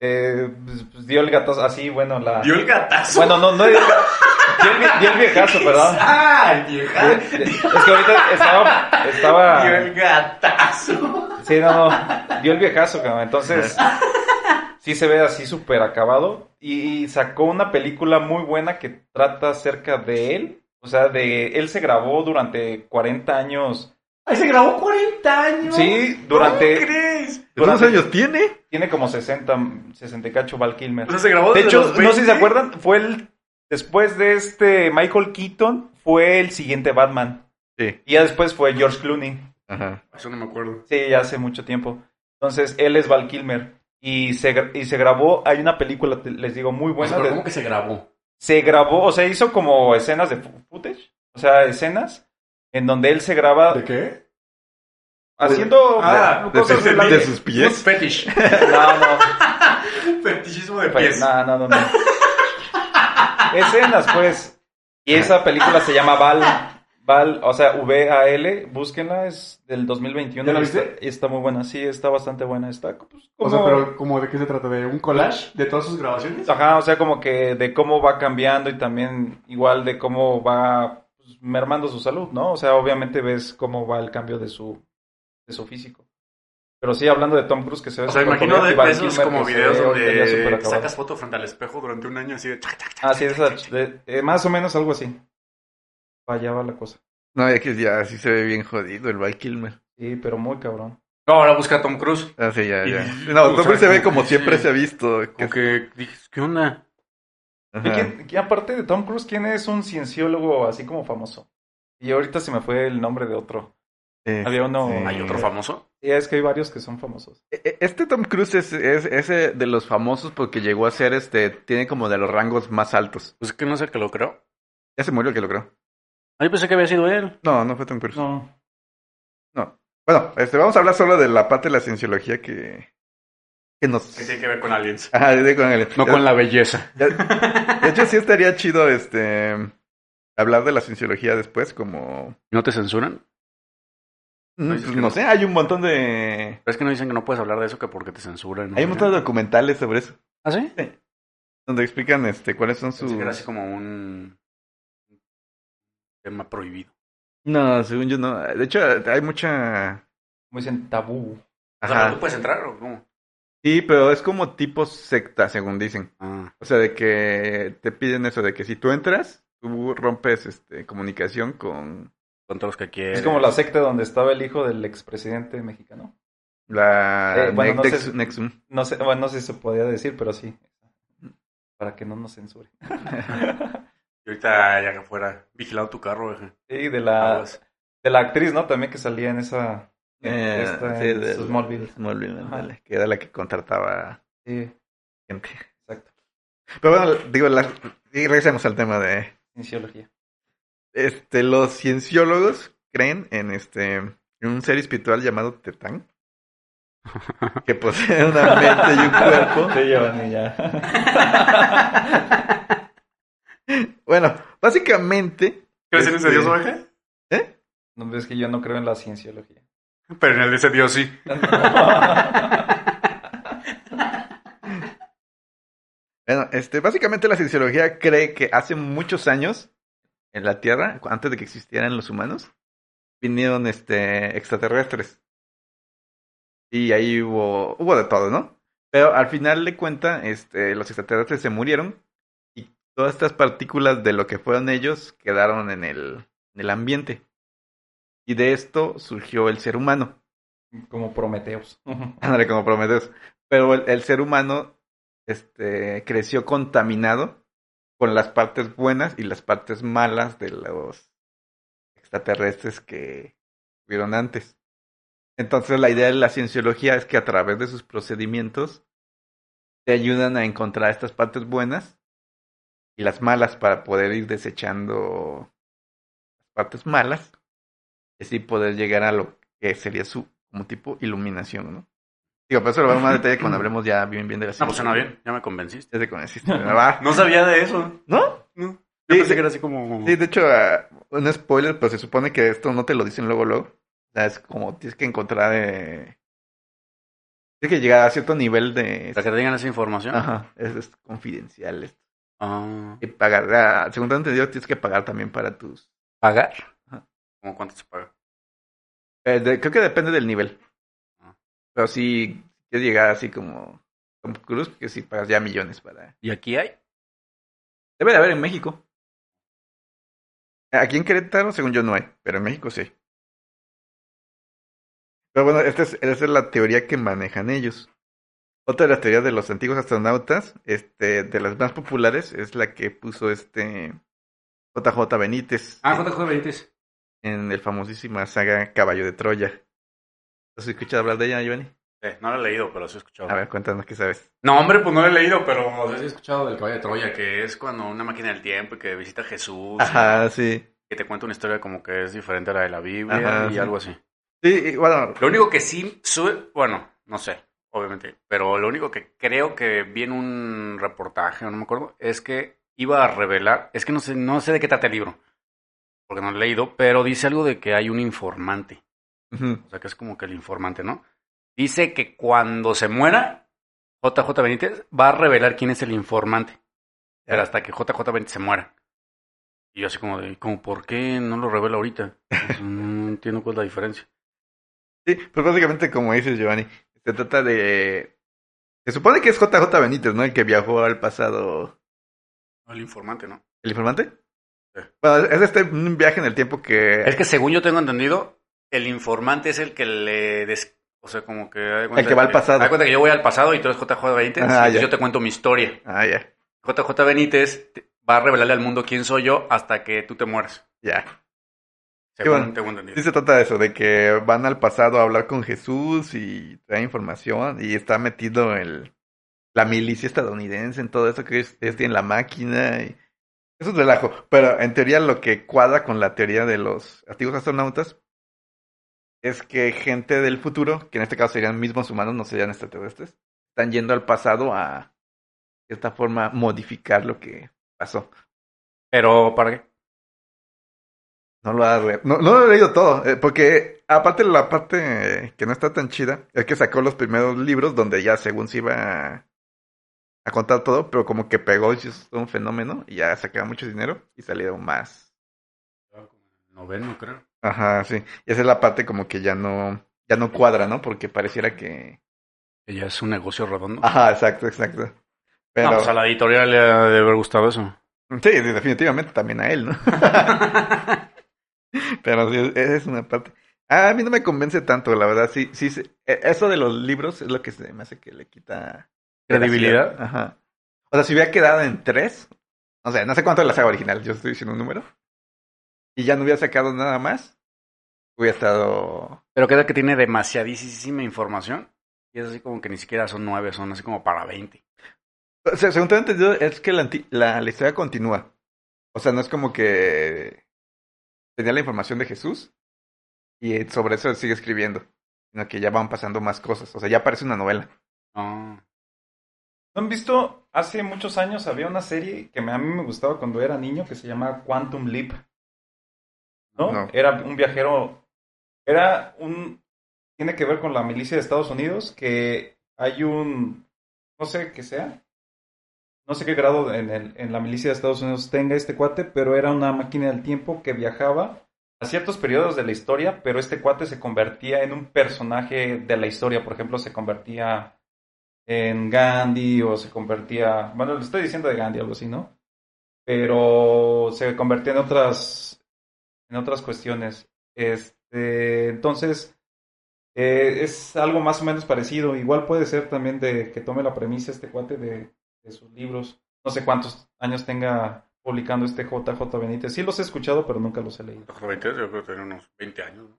S3: eh, pues, pues, dio el gatazo, así, bueno, la...
S2: Dio el gatazo.
S3: Bueno, no, no, dio, dio el, vie- dio el viejazo, perdón.
S2: ¡Ah, el
S3: Dio-
S2: vieja!
S3: Es que ahorita estaba,
S2: Dio
S3: estaba,
S2: el gatazo.
S3: sí, no, no, dio el viejazo, cabrón. entonces, sí se ve así súper acabado, y sacó una película muy buena que trata acerca de él, o sea, de, él se grabó durante 40 años,
S2: Ay, se grabó 40 años.
S3: sí,
S2: ¿Cómo
S3: durante,
S2: crees?
S1: ¿Cuántos
S3: durante-
S1: años tiene?
S3: tiene como 60, 60 y cacho Val Kilmer.
S2: O sea, se grabó
S3: De
S2: desde
S3: hecho,
S2: los
S3: no sé si
S2: 20.
S3: se acuerdan, fue el. Después de este Michael Keaton, fue el siguiente Batman.
S1: Sí.
S3: Y ya después fue George Clooney.
S1: Ajá.
S2: Eso no me acuerdo.
S3: Sí, ya hace mucho tiempo. Entonces, él es Val Kilmer. Y se, gra- y se grabó, hay una película, te- les digo, muy buena.
S2: Pero,
S3: de-
S2: ¿Cómo que se grabó?
S3: se grabó, o sea, hizo como escenas de fu- footage. O sea, escenas en donde él se graba
S2: qué?
S3: haciendo
S2: Ah,
S1: De,
S3: cosas
S1: sus-
S3: de la-
S1: de sus pies.
S2: Fetish.
S3: No, no.
S2: Fetichismo de
S3: Pues,
S2: pies.
S3: no, no, no, no. Escenas, pues. Y esa película se llama Val. Val, o sea, V-A-L. Búsquenla, es del 2021.
S4: ¿Ya la
S3: y está-
S4: viste?
S3: y Está, muy buena, sí, está bastante buena. Está pues, como...
S4: O sea, pero como de qué se trata, de un collage de todas sus grabaciones.
S3: Ajá, o sea, como que de cómo va cambiando y también igual de cómo va pues, mermando su salud, ¿no? O sea, obviamente ves cómo va el cambio de su, de su físico. Pero sí, hablando de Tom Cruise, que se ve
S2: O sea,
S3: súper
S2: imagino
S3: joven,
S2: de
S3: y Val
S2: de esos
S3: Kilmer,
S2: como
S3: que se
S2: videos
S3: ve ahorita ya súper
S2: donde
S3: acabado.
S2: sacas foto frente al espejo durante un año así de... chac, chac, chac,
S3: Ah, sí,
S2: chac,
S3: esa,
S2: chac, chac.
S3: de- eh, más o menos algo así. Allá va la cosa.
S1: No, ya que ya sí se ve bien jodido el Val Kilmer.
S3: Sí, pero muy cabrón.
S2: No, ahora busca a Tom Cruise.
S1: Ah, sí, ya,
S2: Y-
S1: ya. No,
S2: o sea,
S1: siempre se ve
S2: como-
S1: como siempre
S2: sí.
S1: se ha visto. que-
S2: Como que dices, ¿qué onda?
S1: ajá.
S3: ¿Y quién- quién- aparte de Tom Cruise, ¿quién es un cienciólogo así como famoso? Y ahorita se me fue el nombre de otro.
S1: Sí.
S3: Había uno.
S1: sí.
S2: ¿Hay otro famoso?
S3: Sí, es que hay varios que son famosos.
S1: E- e- Este Tom Cruise es, es, es, eh, de los famosos porque llegó a ser este, tiene como de los rangos más altos.
S2: Pues que no sé que lo creo.
S1: Ya se murió el que lo creo.
S2: Ah, yo pensé que había sido él.
S1: No, no fue Tom Cruise.
S3: No.
S1: Bueno, este, vamos a hablar solo de la parte de la cienciología que, que nos...
S2: Que tiene que ver con aliens.
S1: Ajá, de- con el-
S2: No con la belleza.
S1: Ya- de hecho, sí estaría chido este hablar de la cienciología después, como
S2: ¿No te censuran?
S1: Mm,
S2: dices
S1: pues,
S2: que
S1: no
S2: no.
S1: sé, hay un montón de
S2: Pero es que no dicen que no puedes hablar de eso que porque te censuran. ¿no?
S1: hay un montón de documentales sobre eso,
S2: ¿Ah, sí?
S1: donde explican este cuáles son sus
S2: Pensé que era así como un tema prohibido.
S1: No, según yo no. De hecho, hay mucha
S3: Como dicen tabú.
S2: O sea,
S1: Ajá.
S2: ¿tú puedes entrar o cómo?
S1: Sí, pero es como tipo secta, según dicen.
S2: Ah,
S1: O sea, de que te piden eso de que si tú entras, tú rompes este comunicación con
S2: con todos los que
S1: Eh,
S2: quieres.
S3: Es como la secta donde estaba el hijo del expresidente mexicano.
S1: la
S3: Eh, bueno, no sé
S1: Nex-
S3: si-
S1: Nexum.
S3: No sé, bueno, no sé si se podía decir, pero sí. Para que no nos censuren.
S2: Y ahorita ya que fuera vigilado tu carro, güey.
S3: Sí, de
S1: Ah,
S3: la,
S1: pues.
S2: Aguas.
S3: de la actriz, ¿no? También que salía en esa. en
S1: Eh,
S3: esta-
S1: sí,
S3: en
S1: de-
S3: Smallville.
S1: Smallville,
S3: Ajá.
S1: ándale, que era la que contrataba
S3: Sí,
S1: gente.
S3: exacto.
S1: Pero bueno, digo, la- y regresemos al tema de...
S3: Cienciología.
S1: Este, los cienciólogos creen en este en un ser espiritual llamado Tetán. Que posee una mente y un cuerpo.
S3: Sí, Giovanni, ya.
S1: Bueno, básicamente.
S2: ¿Crees en ese
S1: este,
S2: dios, oveja?
S1: ¿Eh?
S3: No, es que yo no creo en la cienciología.
S2: Pero en el de ese dios sí.
S1: Bueno, este, básicamente la cienciología cree que hace muchos años en la Tierra, antes de que existieran los humanos, vinieron este extraterrestres. Y ahí hubo, hubo de todo, ¿no? Pero al final de cuenta, este, los extraterrestres se murieron y todas estas partículas de lo que fueron ellos quedaron en el, en el ambiente. Y de esto surgió el ser humano.
S3: Como Prometeos.
S1: Ándale, como Prometeus. Pero el, el ser humano este, creció contaminado con las partes buenas y las partes malas de los extraterrestres que hubieron antes. Entonces la idea de la cienciología es que a través de sus procedimientos te ayudan a encontrar estas partes buenas y las malas para poder ir desechando las partes malas y así poder llegar a lo que sería su como tipo iluminación, ¿no? Digo, pero eso lo vamos a más detalle cuando hablemos ya bien bien de la
S2: No, pues suena
S1: cienciología.
S2: bien. Ya me convenciste.
S1: Ya te convenciste, ¿verdad?
S2: No sabía de eso.
S1: Ah, ¿No?
S2: No. Yo
S1: Sí,
S2: pensé
S1: sí.
S2: que era así como...
S1: Sí, de hecho, ah, un spoiler, pero se supone que esto no te lo dicen luego, luego. O sea, es como tienes que encontrar. Eh... Tienes que llegar a cierto nivel
S2: Para
S1: de.
S2: que te digan esa información.
S1: Ajá, es, es confidencial esto.
S2: Ah.
S1: Y pagar, ah, según tengo entendido, tienes que pagar también para tus.
S2: ¿Pagar? ¿Cómo cuánto se paga?
S1: eh, de- creo que depende del nivel.
S2: Ah.
S1: Pero sí, quieres llegar así como. Tom Cruise, que sí pagas ya millones para.
S2: ¿Y aquí hay?
S1: Debe de haber en México. Aquí en Querétaro, según yo, no hay, pero en México sí. Pero bueno, esta es, esa es la teoría que manejan ellos. Otra de las teorías de los antiguos astronautas, este, de las más populares, es la que puso este JJ Benítez
S4: Ah, JJ Benítez.
S1: en el famosísima saga Caballo de Troya. ¿Has escuchado hablar de ella, Giovanni?
S2: Eh, no lo he leído, pero sí he escuchado.
S1: A ver, cuéntanos qué sabes.
S2: No, hombre, pues no lo he leído, pero o sea, sí he
S4: he
S2: escuchado
S4: escuchado del
S2: el caballo
S4: caballo
S2: de Troya, que es cuando una máquina del tiempo y que visita a Jesús,
S1: Ajá, sí.
S2: y que te cuenta una historia como que es diferente a la de la Biblia
S1: Ajá,
S2: y
S1: sí.
S2: algo así.
S1: Sí, y bueno,
S2: Lo único que sí sube, bueno, no sé, obviamente, pero lo único que creo que vi en un reportaje, no me acuerdo, es que iba a revelar, es que no sé, no sé de qué trata el libro, porque no lo he leído, pero dice algo de que hay un informante,
S1: ujú,
S2: o sea que es como que el informante, ¿no? Dice que cuando se muera, JJ Benítez va a revelar quién es el informante, pero hasta que JJ Benítez se muera. Y yo así como de, como, ¿por qué no lo revela ahorita? Pues, no entiendo cuál es la diferencia.
S1: Sí, pues básicamente como dices, Giovanni, se trata de... Se supone que es JJ Benítez, ¿no? El que viajó al pasado...
S2: El informante, ¿no?
S1: ¿El informante?
S2: Sí.
S1: Bueno, es este un viaje en el tiempo que...
S2: Es que según yo tengo entendido, el informante es el que le... des- O sea, como que... haz de cuenta
S1: El que va al pasado.
S2: haz de cuenta que yo voy al pasado y tú eres JJ Benítez.
S1: Ah,
S2: y entonces
S1: ya.
S2: yo te cuento mi historia.
S1: Ah, ya,
S2: JJ Benítez te- va a revelarle al mundo quién soy yo hasta que tú te mueras.
S1: ya.
S2: Según
S1: bueno. Sí
S2: tengo entendido.
S1: se trata de eso, de que van al pasado a hablar con Jesús y trae información y está metido el... La milicia estadounidense en todo eso que es, es en la máquina y... Es un relajo, pero en teoría lo que cuadra con la teoría de los antiguos astronautas es que gente del futuro, que en este caso serían mismos humanos, no serían extraterrestres, están yendo al pasado a, de esta forma, modificar lo que pasó.
S2: Pero, ¿para qué?
S1: No lo, ha re- no, no lo he leído todo, eh, porque aparte la parte eh, que no está tan chida es que sacó los primeros libros donde ya según se iba a, a contar todo, pero como que pegó y es un fenómeno y ya sacaba mucho dinero y salieron más.
S2: Noveno, creo.
S1: Ajá, sí. Y esa es la parte como que ya no, ya no cuadra, ¿no? Porque pareciera que.
S2: Ella es un negocio redondo.
S1: Ajá, exacto, exacto. Ah, Pero.
S2: No, pues a la editorial le ha de haber gustado eso.
S1: Sí, sí, definitivamente también a él, ¿no? Pero sí, esa es una parte. Ah, a mí no me convence tanto, la verdad. Sí, sí, sí. E- Eso de los libros es lo que se me hace que le quita.
S2: Credibilidad.
S1: veracidad. Ajá. O sea, si hubiera quedado en tres, o sea, no sé cuánto de la saga original, yo estoy diciendo un número, y ya no hubiera sacado nada más, hubiera estado.
S2: Pero queda que tiene demasiadísima información. Y es así como que ni siquiera son nueve, son así como para veinte.
S1: O sea, según tengo entendido, es que la, anti- la, la historia continúa. O sea, no es como que tenía la información de Jesús y eh, sobre eso sigue escribiendo. Sino que ya van pasando más cosas. O sea, ya parece una novela.
S2: Ah,
S3: ¿No han visto? Hace muchos años había una serie que me- a mí me gustaba cuando era niño que se llamaba Quantum Leap. ¿No?
S1: No.
S3: Era un viajero. Era un. Tiene que ver con la milicia de Estados Unidos que hay un. No sé qué sea. No sé qué grado en, el- en la milicia de Estados Unidos tenga este cuate, pero era una máquina del tiempo que viajaba a ciertos periodos de la historia, pero este cuate se convertía en un personaje de la historia. Por ejemplo, se convertía en Gandhi o se convertía, bueno, le estoy diciendo de Gandhi algo así, ¿no? Pero se convertía en otras en otras cuestiones. Este, entonces eh, es algo más o menos parecido. Igual puede ser también de que tome la premisa este cuate de, de sus libros. No sé cuántos años tenga publicando este JJ Benítez. Sí los he escuchado, pero nunca los he leído.
S2: los 20, yo creo que tenía unos 20 años. ¿no?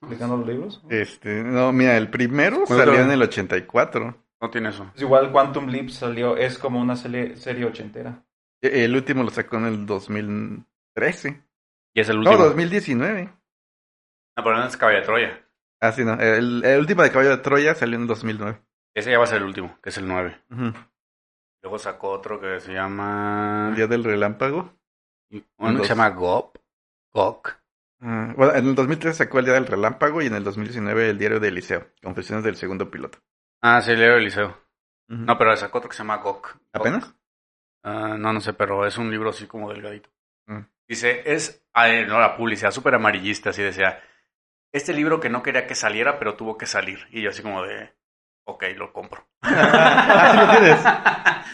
S3: Publicando los libros.
S1: Este, no, mira, el primero
S2: ¿Cuándo?
S1: salió en el 84.
S2: No tiene eso.
S3: Pues igual Quantum Leap salió, es como una serie, serie ochentera.
S1: E- El último lo sacó en el 2013.
S2: Y es el
S1: No,
S2: último. No,
S1: 2019.
S2: pero no es Caballo de Troya.
S1: Ah, sí, no. El, el último de Caballo de Troya salió en el 2009.
S2: Ese ya va a ser el último, que es el 9.
S1: Ujú.
S2: Luego sacó otro que se llama.
S1: El Día del Relámpago.
S2: Uno que
S1: Dos.
S2: se llama Gop. Gok.
S1: Ah, bueno, en el 2013 sacó El Día del Relámpago y en el 2019 El Diario de Eliseo. Confesiones del segundo piloto.
S2: Ah, sí, Leo Eliseo.
S1: Ujú.
S2: No, pero sacó otro que se llama Gok. Gok.
S1: ¿Apenas?
S2: Ah, no, no sé, pero es un libro así como delgadito.
S1: Mm.
S2: Dice, es ah, eh, no, la publicidad súper amarillista, así decía. Este libro que no quería que saliera, pero tuvo que salir. Y yo así como de, ok, lo compro.
S1: Ah, sí lo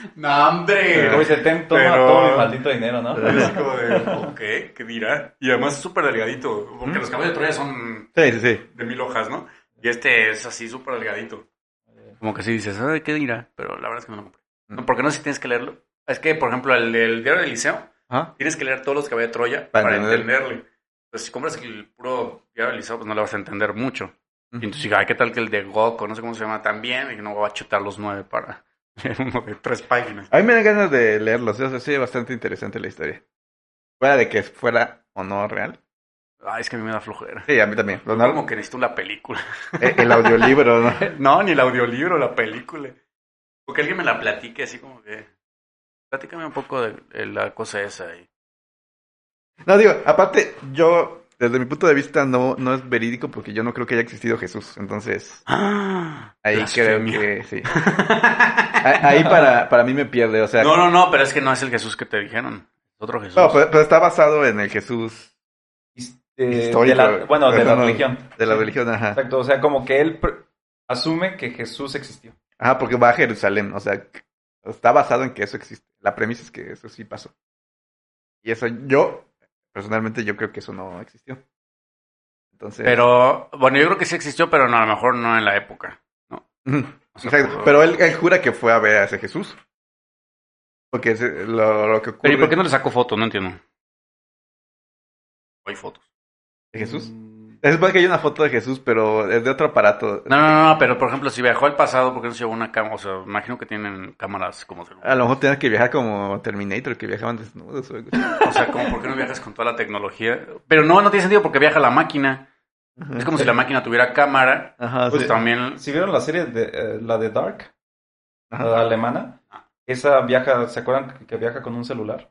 S1: tienes.
S2: no, hombre.
S3: Como dice, ten, toma
S2: Pero-
S3: todo mi maldito dinero, ¿no?
S2: Y yo así como de, ok, ¿qué dirá? Y además es súper delgadito, porque
S1: Mm.
S2: los caballos de Troya son
S1: Sí, sí, sí.
S2: de mil hojas, ¿no? Y este es así súper delgadito. Como que sí dices, ay, ¿qué dirá? Pero la verdad es que no lo compré.
S1: Mm.
S2: No, porque no sé si tienes que leerlo. Es que, por ejemplo, el del diario del liceo,
S1: Ajá.
S2: tienes que leer todos los que había de Troya
S1: Para
S2: para,
S1: entender.
S2: entenderle. Entonces, si compras el puro diario del liceo, pues no le vas a entender mucho. Y
S1: Ujú.
S2: entonces, ay, ¿qué tal que el de Goku, no sé cómo se llama también? Y no va a chutar los nueve para uno de tres páginas.
S1: A mí me dan ganas de leerlos. O sea, sí, bastante interesante la historia. Fuera de que fuera o no real.
S2: Ay, es que a mí me da flojera.
S1: Sí, a mí también. Lo
S2: No
S1: normal-
S2: como que necesito la película.
S1: eh, el audiolibro, ¿no?
S2: No, ni el audiolibro, la película. O que alguien me la platique así como que... Platícame un poco de, de la cosa esa. Y...
S1: No, digo, aparte, yo, desde mi punto de vista, no, no es verídico porque yo no creo que haya existido Jesús. Entonces, Ah, ahí
S2: Blasfemia.
S1: creo que sí. A- Ahí para, para mí me pierde, o sea.
S2: No, no, no, pero es que no es el Jesús que te dijeron. Es otro Jesús.
S1: No, pues, pero, pero está basado en el Jesús
S3: de, Este, de
S1: Histórico,
S3: la- bueno, de la
S1: no, no.
S3: religión.
S1: de la religión, Ah. ajá.
S3: Exacto, o sea, como que él pr- asume que Jesús existió.
S1: Ajá, porque va a Jerusalén, o sea, está basado en que eso existe. La premisa es que eso sí pasó. Y eso yo, personalmente, yo creo que eso no existió. Entonces.
S2: Pero, bueno, yo creo que sí existió, pero no, a lo mejor no en la época.
S1: Ujú.
S2: O sea,
S1: Exacto,
S2: por-
S1: Pero él, él jura que fue a ver a ese Jesús. Porque es eh, lo, lo que ocurre
S2: Pero ¿y por qué no le sacó foto? No entiendo. Hay fotos.
S1: de Jesús.
S3: Mm,
S1: Es porque hay una foto de Jesús, pero es de otro aparato.
S2: No, no, no, no, pero por ejemplo, si viajó al pasado, ¿por qué no se llevó una cámara? O sea, imagino que tienen cámaras como
S1: A
S2: celulares.
S1: lo mejor tenías que viajar como Terminator, que viajaban desnudos o algo así.
S2: O sea, como, ¿por qué no viajas con toda la tecnología? Pero no, no tiene sentido porque viaja la máquina. Es como si la máquina tuviera cámara.
S1: Ajá,
S2: Pues
S1: sí.
S2: también...
S3: Si vieron la serie de eh, la de Dark, la
S1: Ajá. Ah.
S3: alemana, esa viaja, ¿se acuerdan que- que viaja con un celular?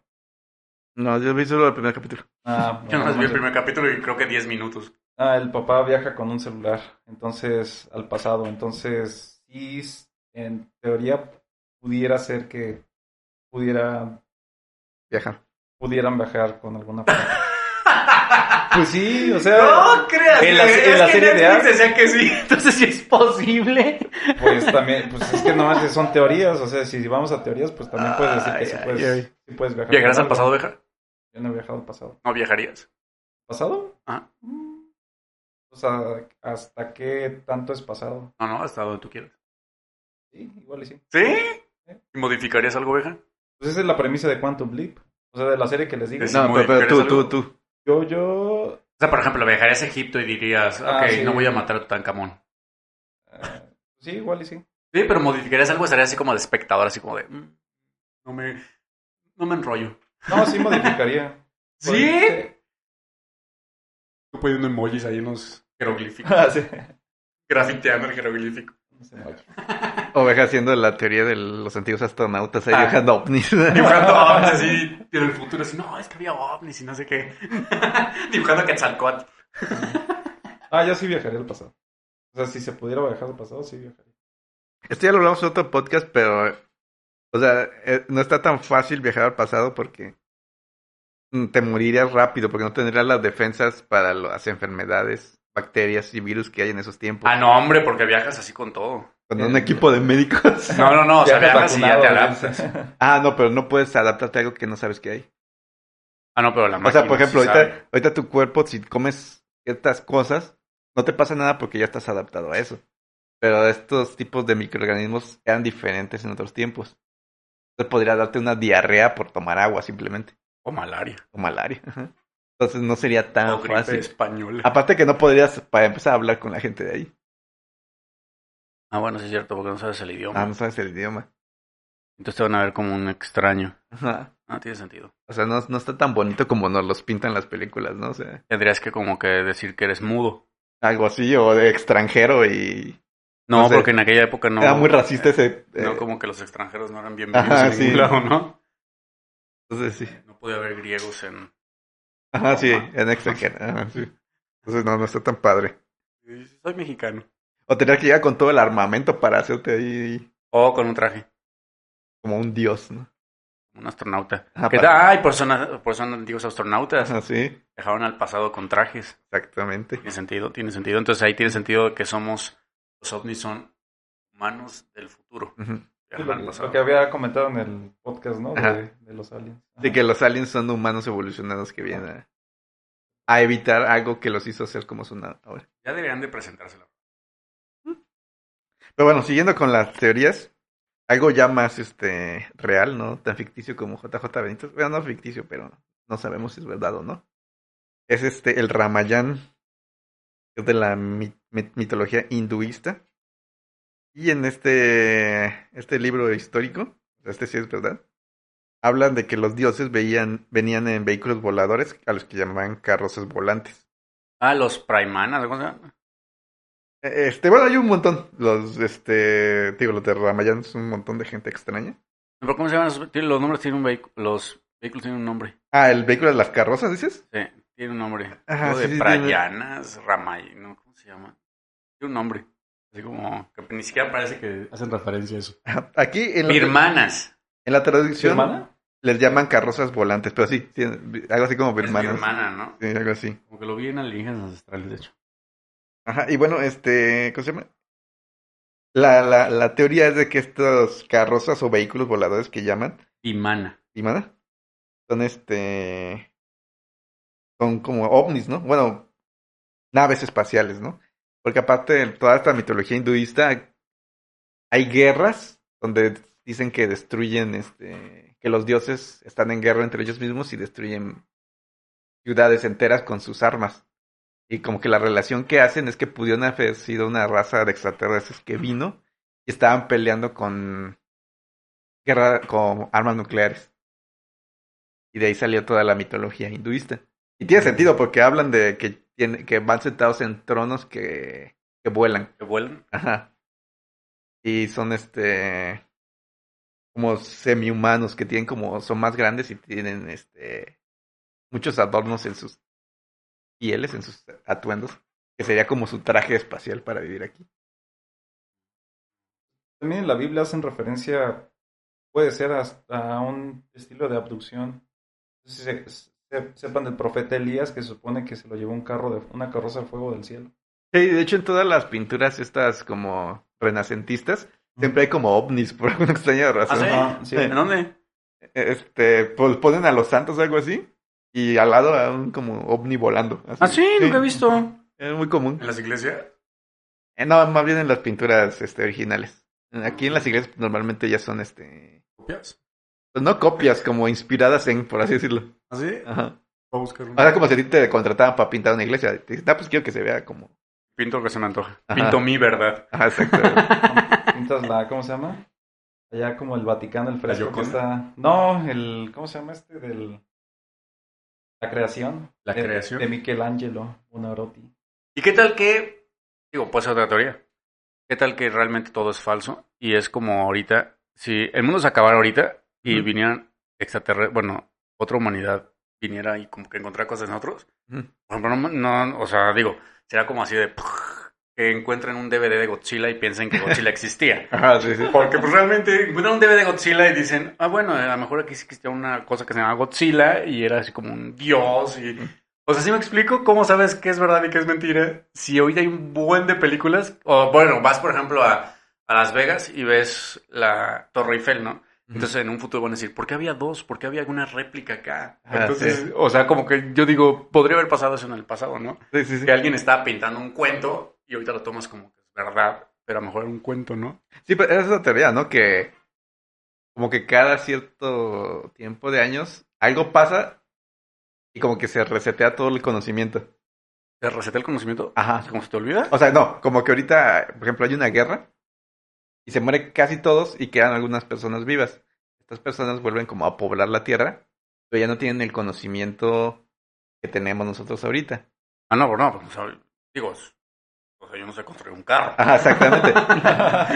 S1: No, yo vi solo el primer capítulo.
S3: Ah,
S2: Yo no
S3: bueno,
S2: vi el primer capítulo y creo que 10 minutos.
S3: ah, el papá viaja con un celular, entonces al pasado, entonces sí, s- en teoría pudiera ser que pudiera
S1: Viajar.
S3: pudieran viajar con alguna persona. Pues sí, o sea,
S2: creas!
S3: en la-
S2: que-
S3: en
S2: es
S3: la
S2: que
S3: serie de
S2: Netflix
S3: Ark.
S2: decía que sí. Entonces sí es posible.
S3: Pues también, pues es que nomás son teorías, o sea, si vamos a teorías, pues también puedes decir que
S1: Ay,
S3: sí
S1: ay,
S3: puedes,
S1: ay.
S3: sí puedes viajar.
S2: ¿Viajarás
S3: con
S2: al
S3: algo.
S2: pasado, viajar?
S3: Yo no he viajado al pasado.
S2: No viajarías.
S3: ¿Pasado?
S2: Ajá.
S3: Mm. O sea, ¿hasta qué tanto es pasado?
S2: No, no, hasta donde tú quieras.
S3: Sí, igual y sí.
S2: ¿Sí? ¿Y modificarías algo, oveja?
S3: Pues esa es la premisa de Quantum Leap. O sea, de la serie que les digo.
S2: Es-
S1: No, pero, pero tú, tú, tú.
S3: Yo, yo...
S2: O sea, por ejemplo, viajarías a Egipto y dirías, ok,
S3: Ah, sí.
S2: no voy a matar a Tutankamón.
S3: eh, sí, igual y sí.
S2: Sí, pero modificarías algo, estarías así como de espectador, así como de, mm, no me, no me enrollo.
S3: Pues, eh, No, sí modificaría.
S2: ¿Sí?
S4: Tú poniendo emojis ahí en los jeroglíficos.
S3: Ah, sí.
S2: Grafiteando el jeroglífico.
S1: Oveja haciendo la teoría de los antiguos astronautas ahí
S2: Ah.
S1: dibujando ovnis.
S2: Dibujando ovnis así en el futuro, así, no, es que había ovnis y no sé qué. Dibujando Quetzalcóatl.
S3: Ah, yo sí viajaría al pasado. O sea, si se pudiera viajar al pasado, sí viajaría.
S1: Esto ya lo hablamos en otro podcast, pero. O sea, eh, no está tan fácil viajar al pasado porque. mm, Te morirías rápido porque no tendrías las defensas para las enfermedades, bacterias y virus que hay en esos tiempos.
S2: Ah, no, hombre, porque viajas así con todo.
S1: Con un equipo de médicos.
S2: No, no, no, o sea, viajas
S3: Viajas
S2: y ya te
S3: vacunado,
S2: adaptas.
S3: ¿sí?
S1: Ah, no, pero no puedes adaptarte a algo que no sabes que hay.
S2: Ah, no, pero la
S1: O
S2: máquina
S1: sea, por ejemplo,
S2: sí sabe.
S1: ahorita, ahorita tu cuerpo, si comes estas cosas, no te pasa nada porque ya estás adaptado a eso. Pero estos tipos de microorganismos eran diferentes en otros tiempos. Entonces podría darte una diarrea por tomar agua simplemente,
S2: O malaria.
S1: o malaria. ajá. Entonces no sería tan
S2: o gripe
S1: Ah, fácil.
S2: española. Ah,
S1: Aparte que no podrías, para empezar a hablar con la gente de ahí.
S2: Ah, bueno, sí es cierto, porque no sabes el idioma.
S1: Ah, no sabes el idioma.
S2: Entonces te van a ver como un extraño.
S1: Ajá.
S2: No tiene sentido.
S1: O sea, no, no está tan bonito como nos los pintan las películas, ¿no? O sea,
S2: Tendrías que como que decir que eres mudo.
S1: algo así, o de extranjero y...
S2: No,
S1: No sé.
S2: porque en aquella época no.
S1: Era muy racista ese... eh,
S2: No, como que los extranjeros no eran bienvenidos
S1: Ajá,
S2: en ningún
S1: sí.
S2: lado, ¿no?
S1: Entonces sí.
S2: No podía haber griegos en...
S1: Ajá, sí,
S2: Ajá.
S1: en extranjero. Ajá, sí. Entonces no, no está tan padre.
S2: Soy mexicano.
S1: O tener que llegar con todo el armamento para hacerte ahí
S2: O con un traje,
S1: como un dios, ¿no?
S2: un astronauta.
S1: Ajá,
S2: ¿Qué
S1: para-
S2: tal? Ay, por son, por son antiguos astronautas.
S1: Ajá, sí,
S2: Dejaron al pasado con trajes.
S1: exactamente.
S2: Tiene sentido, tiene sentido. Entonces ahí tiene sentido que somos... Los ovnis son humanos del futuro.
S1: Ujú.
S2: Viajan al
S3: Lo,
S2: pasado.
S3: lo que había comentado en el podcast, ¿no?
S1: Ajá.
S3: De, de los aliens.
S1: De que los aliens son humanos evolucionados que vienen a, a evitar algo que los hizo ser como son ahora.
S2: Ya deberían de presentárselo.
S1: Pero bueno, siguiendo con las teorías, algo ya más este real, ¿no? Tan ficticio como JJ Benito. Bueno, no ficticio, pero no sabemos si es verdad o no. Es este el Ramayán, que es de la mi- mi- mitología hinduista. Y en este, este libro histórico, este sí es verdad, hablan de que los dioses veían, venían en vehículos voladores, a los que llamaban carrozas volantes.
S2: Ah, los Primanas, ¿cómo se llama?
S1: Este, bueno, hay un montón. Los, este, digo, los de Ramayán son un montón de gente extraña.
S2: ¿Pero cómo se llaman? esos? Tienen- Los nombres tienen un vehicu- Los vehículos tienen un nombre.
S1: Ah, el vehículo de las carrozas, dices.
S2: Sí, tiene un nombre.
S1: Ajá, Ah,
S2: Algo
S1: sí,
S2: de
S1: sí, tiene-
S2: Prayanas, Ramay, ¿no? ¿Cómo se llama? Tiene un nombre. Así como que ni siquiera parece que...
S4: Hacen referencia a eso.
S1: Ajá. Aquí en la,
S2: Birmanas.
S1: en la traducción
S3: ¿Hermana?
S1: les llaman carrozas volantes, pero sí, tienen- algo así como
S2: Es
S1: birmanas.
S2: birmana, ¿no?
S1: Sí, algo así.
S2: Como que lo vi en alienígenas ancestrales, de hecho.
S1: Ajá, y bueno, este, ¿cómo se llama? La, la, la teoría es de que estos carrozas o vehículos voladores que llaman,
S2: Bimana.
S1: Imana, son este, son como ovnis, ¿no? Bueno, naves espaciales, ¿no? Porque aparte de toda esta mitología hinduista, hay guerras donde dicen que destruyen, este, que los dioses están en guerra entre ellos mismos y destruyen ciudades enteras con sus armas. Y como que la relación que hacen es que pudieron haber sido una raza de extraterrestres que vino y estaban peleando con guerra con armas nucleares. Y de ahí salió toda la mitología hinduista. Y tiene sentido porque hablan de que, tiene- que van sentados en tronos que, que vuelan.
S2: ¿Que vuelan?
S1: Ajá. Y son este como semi-humanos que tienen como son más grandes y tienen este muchos adornos en sus pieles, en sus atuendos, que sería como su traje espacial para vivir aquí.
S3: También en la Biblia hacen referencia, puede ser hasta a un estilo de abducción. No sé si se- se- sepan del profeta Elías que se supone que se lo llevó un carro de, una carroza de fuego del cielo.
S1: Sí, de hecho en todas las pinturas estas como renacentistas siempre hay como ovnis por alguna extraña razón.
S2: ¿sí?
S3: Ajá, sí.
S2: ¿En dónde?
S1: Este, pues ponen a los santos o algo así y al lado a un como ovni volando. así.
S2: Ah, sí, nunca he
S1: Sí,
S2: visto. ¿En
S1: Es muy común.
S2: las iglesias?
S1: Eh, no, más bien en las pinturas este, originales. Aquí en las iglesias normalmente ya son, este,
S2: ¿Copias?
S1: pues no copias, como inspiradas en, por así decirlo.
S2: ¿Así?
S1: Ajá.
S4: Voy a buscar una.
S1: Ahora como si a ti te contrataban para pintar una iglesia, te dicen, ah, pues quiero que se vea como...
S2: Pinto que se me antoja.
S1: Ajá.
S2: Pinto mi verdad.
S1: Ajá, exacto.
S3: Pintas la, ¿cómo se llama? Allá como el Vaticano, el fresco que
S4: Gioconda?
S3: está... No, el, ¿cómo se llama este? Del... La creación.
S2: La
S3: de-
S2: creación.
S3: De Michelangelo Buonarroti.
S2: ¿Y qué tal que, digo, puede ser otra teoría, qué tal que realmente todo es falso y es como ahorita, si el mundo se acabara ahorita y
S1: Ujú.
S2: vinieran extraterrestres, bueno, otra humanidad viniera y como que encontrar cosas en otros,
S1: Ujú.
S2: por ejemplo, no, no, o sea, digo, será como así de que encuentren un DVD de Godzilla y piensen que Godzilla existía.
S1: Ajá, sí, sí.
S2: Porque pues realmente encuentran un DVD de Godzilla y dicen, ah, bueno, a lo mejor aquí sí existía una cosa que se llamaba Godzilla y era así como un dios y... O sea, si me explico cómo sabes qué es verdad y qué es mentira, si hoy hay un buen de películas, o bueno, vas por ejemplo a, a Las Vegas y ves la Torre Eiffel, ¿no? Entonces en un futuro van a decir, ¿por qué había dos? ¿Por qué había alguna réplica acá?
S1: Ah,
S2: Entonces,
S1: sí.
S2: o sea, como que yo digo, podría haber pasado eso en el pasado, ¿no?
S1: Sí, sí, sí.
S2: Que alguien estaba pintando un cuento y ahorita lo tomas como que es verdad, pero a lo mejor era un cuento, ¿no?
S1: Sí, pero esa es la teoría, ¿no? Que como que cada cierto tiempo de años algo pasa y como que se resetea todo el conocimiento.
S2: ¿Te resetea el conocimiento? Ah,
S1: Ajá.
S2: ¿Cómo se te olvida?
S1: O sea, no, como que ahorita, por ejemplo, hay una guerra y se mueren casi todos y quedan algunas personas vivas. Estas personas vuelven como a poblar la tierra, pero ya no tienen el conocimiento que tenemos nosotros ahorita.
S2: Ah, no, no, pues, o sea, digo, es- o sea, yo no sé construir un carro.
S1: Ajá, exactamente.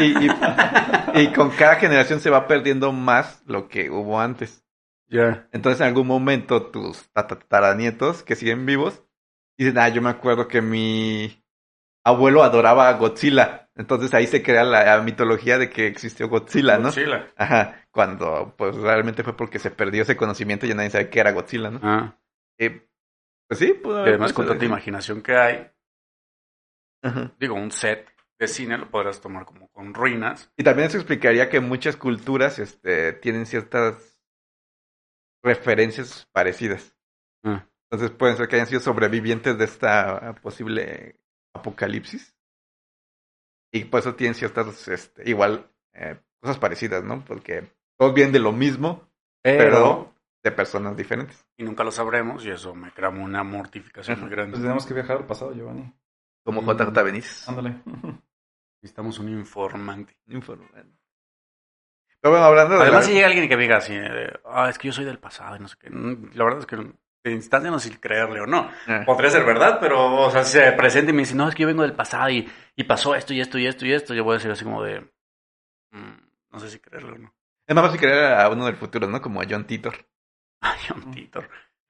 S1: Y, y- y con cada generación se va perdiendo más lo que hubo antes.
S2: Ya.
S1: Entonces, en algún momento, tus tataranietos que siguen vivos dicen: Ah, yo me acuerdo que mi abuelo adoraba a Godzilla. Entonces ahí se crea la, la mitología de que existió Godzilla, ¿no?
S2: Godzilla.
S1: Ajá, cuando pues realmente fue porque se perdió ese conocimiento y ya nadie sabe qué era Godzilla, ¿no?
S2: Ah,
S1: Eh, pues sí, pudo
S2: y
S1: haber
S2: además con
S1: pasado
S2: tanta
S1: así.
S2: imaginación que hay,
S1: Ajá.
S2: digo, un set de cine lo podrás tomar como con ruinas.
S1: Y también eso explicaría que muchas culturas este, tienen ciertas referencias parecidas.
S2: Ah.
S1: Entonces pueden ser que hayan sido sobrevivientes de esta posible apocalipsis. Y por eso tienen ciertas, este, igual, eh, cosas parecidas, ¿no? Porque todos vienen de lo mismo, pero de personas diferentes.
S2: Y nunca lo sabremos y eso me crea una mortificación muy
S3: Pues
S2: grande.
S3: tenemos que viajar al pasado, Giovanni.
S1: Como
S2: Mm.
S1: JJ Benítez.
S3: Ándale.
S2: Necesitamos un informante.
S1: Informal. Pero bueno, hablando de... la-
S2: Además, si llega alguien que me diga así, eh, ah, es que yo soy del pasado y no sé qué. Mm, La verdad es que de instancia no sé si creerle o no.
S1: Ah.
S2: Podría ser verdad, pero, o sea, si se presenta y me dice, no, es que yo vengo del pasado y, y pasó esto y esto y esto y esto, yo voy a decir así como de, "Mm, no sé si creerlo o no.
S1: Es más fácil creer a uno del futuro, ¿no? Como a John Titor.
S2: Ay, John Titor.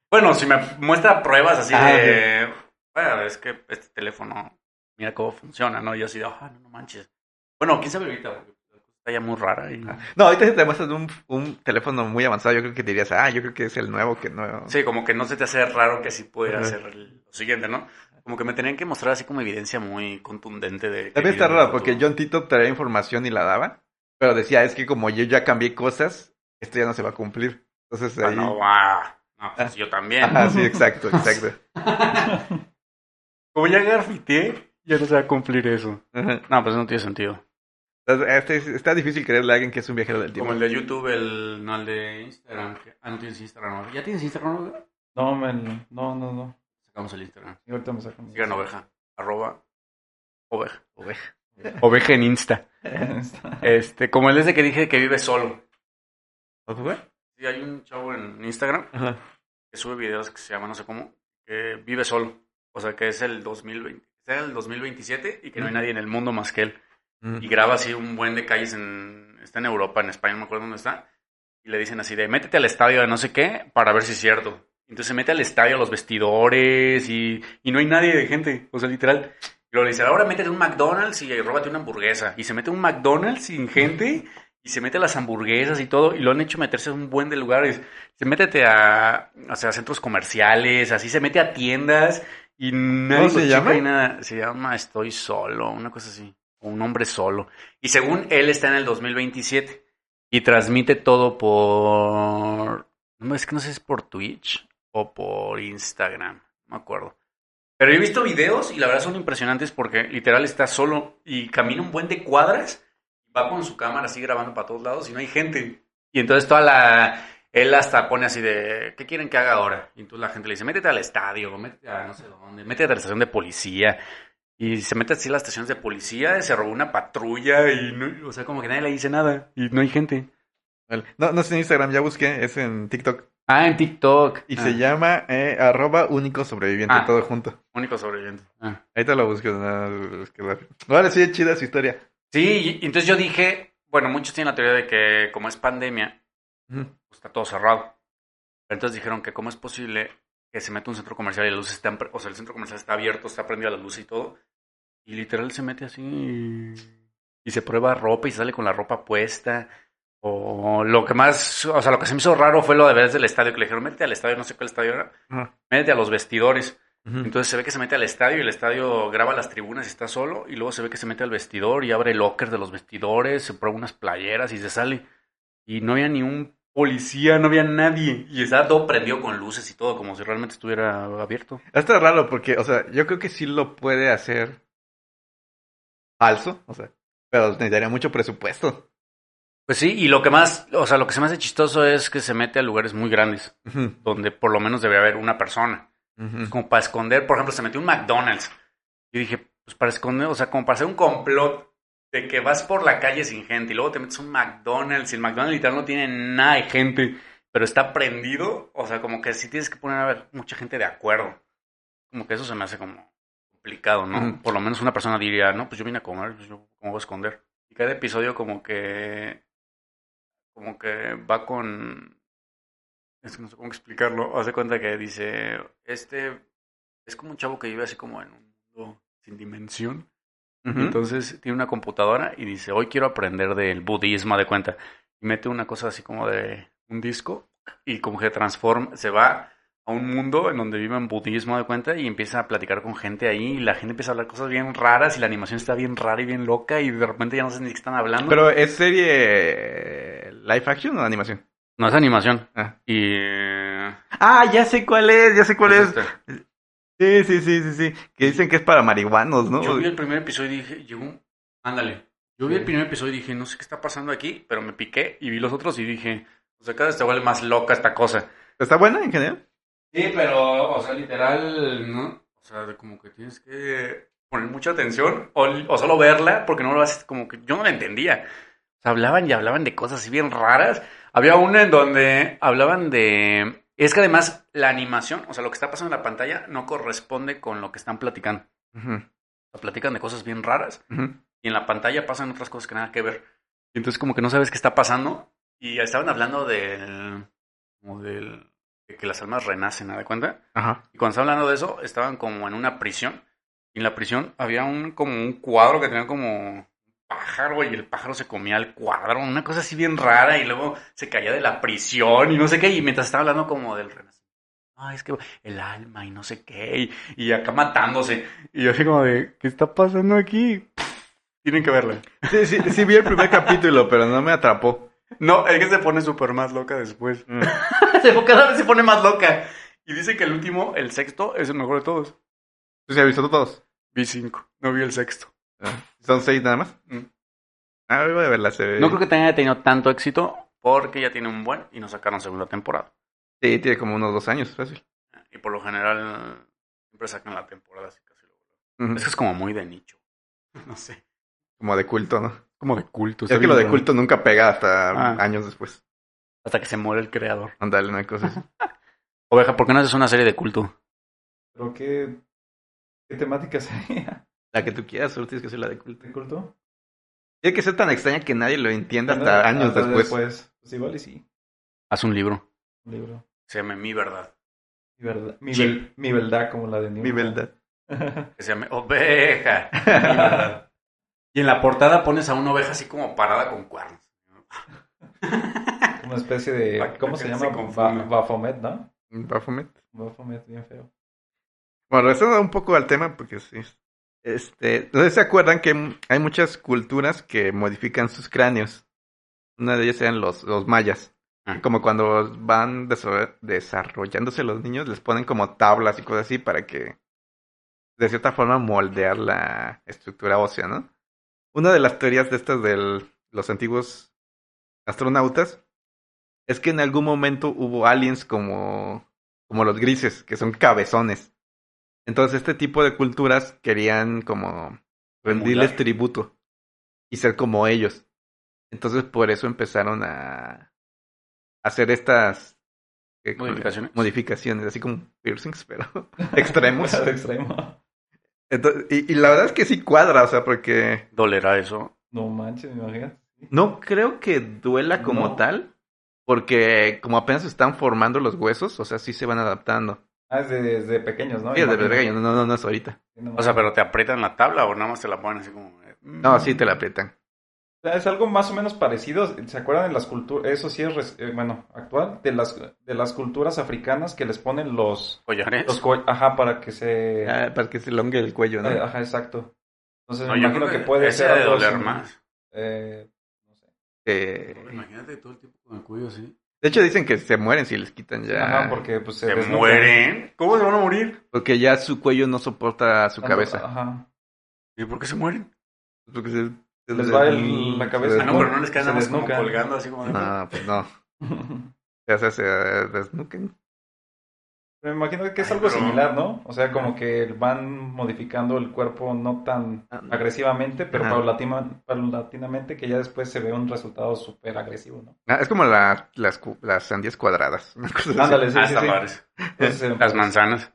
S2: Bueno, si me muestra pruebas así
S1: Ah,
S2: de, bueno, es que este teléfono, mira cómo funciona, ¿no? Y yo así de, ah, no, no manches. Bueno, quién sabe ahorita, porque está ya muy rara. Y,
S1: No, ahorita si te muestran un, un teléfono muy avanzado, yo creo que te dirías, ah, yo creo que es el nuevo que no.
S2: Sí, como que no se te hace raro que sí pudiera
S1: Ajá.
S2: ser el- lo siguiente, ¿no? Como que me tenían que mostrar así como evidencia muy contundente de... que
S1: También está
S2: viene del
S1: raro porque
S2: futuro.
S1: John Titor traía información y la daba, pero decía, es que como yo ya cambié cosas, esto ya no se va a cumplir. Entonces
S2: Ah,
S1: ahí. Ah.
S2: no, va. No, pues yo también.
S1: Ajá, sí, exacto, exacto.
S2: Como ya grafité, ya no se va a cumplir eso.
S1: Ajá.
S2: No, pues no tiene sentido.
S1: Entonces, este es- está difícil creerle a alguien que es un viajero del
S2: Como
S1: tiempo.
S2: el de YouTube, el, no el de Instagram. que- ah, no tienes Instagram. ¿no? ¿Ya tienes Instagram? no?
S3: No, men, no, no, no.
S2: Sacamos el Instagram.
S3: Y ahorita me sacan.
S2: Sigan oveja. Arroba oveja. Oveja. Oveja en Insta. Este, como el ese que dije que vive solo.
S1: ¿Cómo fue?
S2: Sí, hay un chavo en Instagram
S1: Ajá.
S2: que sube videos que se llama no sé cómo, que vive solo. O sea, que es el 2020, está en el 2027 y que no hay nadie en el mundo más que él.
S1: Mm.
S2: Y graba así un buen de calles en... Está en Europa, en España, no me acuerdo dónde está. Y le dicen así de, métete al estadio de no sé qué para ver si es cierto. Entonces se mete al estadio, a los vestidores y, y no hay nadie de gente. O sea, literal. Y luego le dicen, ahora métete a un McDonald's y róbate una hamburguesa. Y se mete a un McDonald's sin gente y se mete a las hamburguesas y todo. Y lo han hecho meterse a un buen de lugares. Se métete a, o sea, a centros comerciales, así se mete a tiendas y nadie
S1: ¿Cómo se
S2: lo checa
S1: llama?
S2: y nada. Se llama Estoy Solo, una cosa así. o Un hombre solo. Y según él está en el 2027 y transmite todo por... No, es que no sé si es por Twitch o por Instagram, no me acuerdo. Pero yo he visto videos y la verdad son impresionantes porque literal está solo y camina un buen de cuadras, va con su cámara así grabando para todos lados y no hay gente. Y entonces toda la... Él hasta pone así de, ¿qué quieren que haga ahora? Y entonces la gente le dice, métete al estadio, métete a no sé dónde, métete a la estación de policía. Y se mete así a las estaciones de policía, se robó una patrulla y, no- o sea, como que nadie le dice nada y no hay gente.
S1: Vale. No, no es en Instagram, ya busqué, es en TikTok.
S2: Ah, en TikTok.
S1: Y
S2: Ah,
S1: se llama eh, arroba único sobreviviente,
S2: Ah.
S1: todo junto.
S2: Único sobreviviente. Ah.
S1: Ahí te lo busco. no, es que la- Ahora sí es chida su historia.
S2: Sí, y entonces yo dije, bueno, muchos tienen la teoría de que como es pandemia,
S1: Ujú.
S2: pues, está todo cerrado. Entonces dijeron que cómo es posible que se meta un centro comercial y las luces están, pre- o sea, el centro comercial está abierto, está prendida la luz y todo. Y literal se mete así y, y se prueba ropa y sale con la ropa puesta. O lo que más, o sea, lo que se me hizo raro fue lo de ver del estadio, que le dijeron, métete al estadio, no sé cuál estadio era,
S1: Ajá.
S2: métete a los vestidores.
S1: Ujú.
S2: Entonces se ve que se mete al estadio y el estadio graba las tribunas y está solo. Y luego se ve que se mete al vestidor y abre el locker de los vestidores, se prueba unas playeras y se sale. Y no había ni un policía, no había nadie. Y estaba todo prendido con luces y todo, como si realmente estuviera abierto.
S1: Está raro porque, o sea, yo creo que sí lo puede hacer falso, o sea, pero necesitaría mucho presupuesto.
S2: Pues sí, y lo que más, o sea, lo que se me hace chistoso es que se mete a lugares muy grandes,
S1: Ujú,
S2: donde por lo menos debe haber una persona.
S1: ujú.
S2: Como para esconder, por ejemplo, se metió un McDonald's. Yo dije, pues para esconder, o sea, como para hacer un complot de que vas por la calle sin gente y luego te metes a un McDonald's y el McDonald's literal no tiene nada de gente, pero está prendido. O sea, como que sí tienes que poner a ver mucha gente de acuerdo. Como que eso se me hace como complicado, ¿no?
S1: Ujú.
S2: Por lo menos una persona diría, no, pues yo vine a comer, pues yo cómo voy a esconder. Y cada episodio como que como que va con. Es que no sé cómo explicarlo. Hace cuenta que dice: Este es como un chavo que vive así como en un mundo sin dimensión.
S1: Ujú.
S2: Entonces tiene una computadora y dice: Hoy quiero aprender del budismo de cuenta. Y mete una cosa así como de un disco y como que transforma, se va a un mundo en donde viven budismo de cuenta y empieza a platicar con gente ahí y la gente empieza a hablar cosas bien raras y la animación está bien rara y bien loca y de repente ya no sé ni qué están hablando.
S1: Pero es serie eh, live action o animación.
S2: no es animación.
S1: Ah.
S2: Y...
S1: Ah, ya sé cuál es, ya sé cuál
S2: pues,
S1: es.
S2: este,
S1: Sí, sí, sí, sí, sí. Que dicen que es para marihuanos, ¿no?
S2: Yo vi el primer episodio y dije, llegó un- Ándale. Yo vi
S1: Sí.
S2: el primer episodio y dije, no sé qué está pasando aquí, pero me piqué y vi los otros y dije, o sea, cada vez se vuelve más loca esta cosa.
S1: ¿Está buena en general?
S2: Sí, pero, o sea, literal, ¿no? O sea, de como que tienes que poner mucha atención o, o solo verla porque no lo haces como que yo no la entendía. O sea, hablaban y hablaban de cosas así bien raras. Había una en donde hablaban de... Es que además la animación, o sea, lo que está pasando en la pantalla no corresponde con lo que están platicando.
S1: Ujú,
S2: O sea, platican de cosas bien raras
S1: ujú.
S2: y en la pantalla pasan otras cosas que nada que ver. Y entonces como que no sabes qué está pasando. Y estaban hablando del... Como del... De que las almas renacen, ¿te de cuenta?
S1: Ajá.
S2: Y cuando estaban hablando de eso, estaban como en una prisión. Y en la prisión había un como un cuadro que tenía como un pájaro y el pájaro se comía el cuadro, una cosa así bien rara y luego se caía de la prisión y no sé qué. Y mientras estaba hablando como del renacimiento. Ah, es que el alma y no sé qué, y, y acá matándose. Y yo así como de, ¿qué está pasando aquí? Tienen que verla.
S1: Sí, sí, sí vi el primer capítulo, pero no me atrapó.
S2: No, es que se pone súper más loca después.
S1: Mm.
S2: Se- Cada vez se pone más loca. Y dice que el último, el sexto, es el mejor de todos.
S1: ¿Tú sí has visto todos?
S2: Vi cinco, no vi el sexto.
S1: Ah, Son seis nada más.
S2: Mm.
S1: Ah, voy a verla. Se ve.
S2: No creo que tenga tenido tanto éxito porque ya tiene un buen y no sacaron segunda temporada.
S1: Sí, tiene como unos dos años, fácil.
S2: Y por lo general siempre sacan la temporada así casi luego.
S1: Ujú.
S2: Eso es como muy de nicho. No sé.
S1: Como de culto, ¿no?
S2: Como de culto.
S1: es que lo de culto nunca pega hasta
S2: Ah.
S1: años después.
S2: Hasta que se muere el creador.
S1: Andale, una cosa así.
S2: Oveja, ¿por qué no haces una serie de culto?
S3: Pero qué, qué temática sería
S1: La que tú quieras, solo tienes que hacer la de culto.
S3: de culto.
S1: Tiene que ser tan extraña que nadie lo entienda hasta
S3: Hasta
S1: años después.
S3: Pues igual y sí,
S2: Haz un libro.
S3: un libro.
S2: Se llame Mi Verdad.
S3: Mi verdad, mi,
S2: Sí.
S3: bel- mi verdad como la de Newman.
S1: Mi verdad.
S2: Que se llame Oveja. Mi Verdad. Y en la portada pones a una oveja así como parada con cuernos.
S3: Una especie
S2: Para
S3: de,
S2: que
S3: ¿cómo
S2: la
S3: se
S2: gente
S3: llama?
S2: se confunda.
S3: Ba- Bafomet, ¿no?
S1: Baphomet.
S3: Bafomet, bien feo.
S1: Bueno, regresando un poco al tema, porque sí. Este, no sé si se acuerdan que m- hay muchas culturas que modifican sus cráneos. Una de ellas eran los, los mayas.
S2: Ah.
S1: Como cuando van deso- desarrollándose los niños, les ponen como tablas y cosas así para que, de cierta forma, moldear la estructura ósea, ¿no? Una de las teorías de estas de los antiguos astronautas es que en algún momento hubo aliens como, como los grises, que son cabezones. Entonces este tipo de culturas querían como rendirles
S2: Emular.
S1: tributo y ser como ellos. Entonces por eso empezaron a hacer estas que-
S2: Modificaciones.
S1: modificaciones, así como piercings, pero extremos.
S3: Al extremo.
S1: Entonces, y, y la verdad es que sí cuadra, o sea, porque
S2: Dolerá eso.
S3: No manches, me imagino.
S1: no creo que duela como
S3: No.
S1: tal, porque como apenas se están formando los huesos, o sea, sí se van adaptando.
S3: Ah, es de- desde pequeños, ¿no?
S1: Sí, es de
S3: Imagino.
S1: verga, yo no, no, no es ahorita.
S3: No
S2: O sea, pero te aprietan la tabla o nada más te la ponen así como. eh,
S1: No, sí te la aprietan.
S3: O sea, Es algo más o menos parecido, ¿se acuerdan de las culturas? Eso sí es, res- eh, bueno, actual, de las, de las culturas africanas que les ponen los,
S2: collares.
S3: los co- ajá, para que se...
S1: Ah, para que se elongue el cuello, ¿no?
S3: eh, Ajá, exacto. Entonces
S2: No,
S3: me
S2: yo
S3: imagino
S2: creo
S3: que puede
S2: ese
S3: ser
S2: ha de
S3: algo
S2: doler
S3: sim-
S2: más.
S3: eh, no sé.
S1: Eh,
S2: Imagínate todo el tiempo con el cuello así.
S1: de hecho, dicen que se mueren si les quitan ya.
S3: Ajá, porque pues se
S2: Se
S3: desnudan.
S2: mueren. ¿Cómo se van a morir?
S1: Porque ya su cuello no soporta su
S3: Tanto-
S1: cabeza.
S3: Ajá.
S2: ¿Y por qué se mueren?
S1: Porque se- se-
S3: Les va el- la cabeza,
S1: se-
S2: Ah, no, pero no les
S3: Se
S2: cae nada más como
S3: desnucan.
S2: colgando así como. de-
S1: No, pues no. O sea, se desnuquen.
S3: Me imagino que es
S2: Ay,
S3: algo
S2: pero-
S3: similar, ¿no? O sea, como que van modificando el cuerpo no tan
S1: Ah, no.
S3: agresivamente, pero
S1: Ajá.
S3: paulatima- paulatinamente que ya después se ve un resultado súper agresivo, ¿no?
S1: Ah, es como la- las, cu- las sandías cuadradas. una cosa así.
S3: Ándale, sí,
S2: Ah,
S3: sí,
S2: está
S3: sí.
S2: padre.
S3: Entonces, eh,
S2: Las
S3: pues,
S2: manzanas.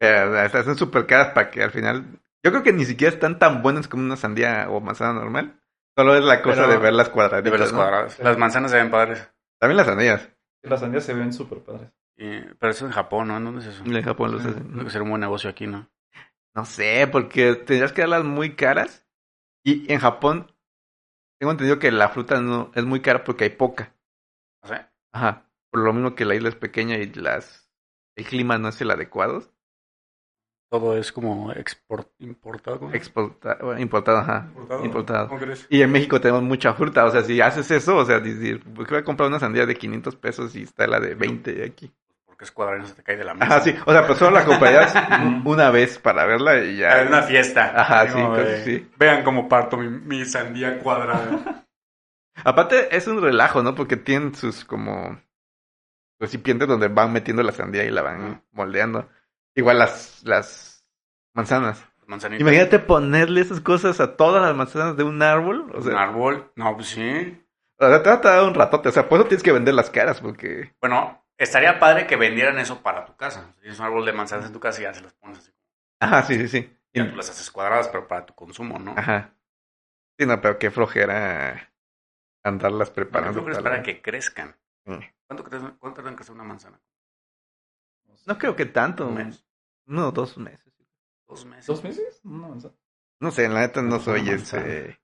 S1: Eh, están súper caras para que al final. Yo creo que ni siquiera están tan buenas como una sandía o manzana normal. Solo es la cosa
S3: Pero-
S1: de ver las cuadraditas.
S2: De ver las
S1: ¿no?
S2: cuadradas. Las manzanas se ven padres.
S1: También las sandías.
S3: Las sandías se ven súper padres.
S2: Y- pero eso en Japón, ¿no? ¿En dónde es eso?
S1: En Japón los hacen.
S2: Tiene que ser un buen negocio aquí, ¿no?
S1: Mm, No sé, porque tendrías que darlas muy caras. Y en Japón, tengo entendido que la fruta no es muy cara porque hay poca.
S2: No sé.
S1: Ajá. Por lo mismo que la isla es pequeña y las el clima no es el adecuado.
S2: Todo es como export, importado. ¿cómo?
S1: Exporta, bueno, importado, ajá.
S2: Importado.
S1: Importado.
S2: ¿Cómo crees?
S1: Y en México tenemos mucha fruta. O sea, si haces eso, o sea, decir, "Pues, voy a comprar una sandía de 500 pesos y está la de 20 aquí.
S2: Porque es cuadrado y no se te cae de la mesa.
S1: Ajá, sí. O sea, pero solo la comprarías una vez para verla y ya.
S2: En una fiesta.
S1: Ajá, sí,
S2: Como
S1: cosas
S2: de,
S1: así.
S2: Vean cómo parto mi, mi sandía cuadrada.
S1: Aparte, es un relajo, ¿no? Porque tienen sus como recipientes donde van metiendo la sandía y la van moldeando. Igual las, las manzanas.
S2: Manzanita.
S1: Imagínate ponerle esas cosas a todas las manzanas de un árbol. O
S2: un
S1: sea,
S2: árbol. No, pues sí.
S1: o sea, te va a tardar un ratote. O sea, por eso tienes que vender las caras, porque.
S2: Bueno, estaría padre que vendieran eso para tu casa. Si tienes un árbol de manzanas en tu casa y ya se las pones así.
S1: Ajá, sí, sí, sí.
S2: Ya tú las haces cuadradas, pero para tu consumo, ¿no?
S1: Ajá. Sí, no, pero qué flojera andarlas
S2: Para
S1: preparando. para-
S2: para que crezcan.
S1: Mm.
S2: ¿Cuánto, cre- cuánto tarda en crecer una manzana?
S1: No creo que tanto.
S2: ¿Un mes?
S1: No, dos meses.
S2: ¿Dos meses?
S3: ¿Dos meses? No, o sea,
S1: No sé, la neta no
S3: Una
S1: soy este,
S3: manzana.
S1: ese.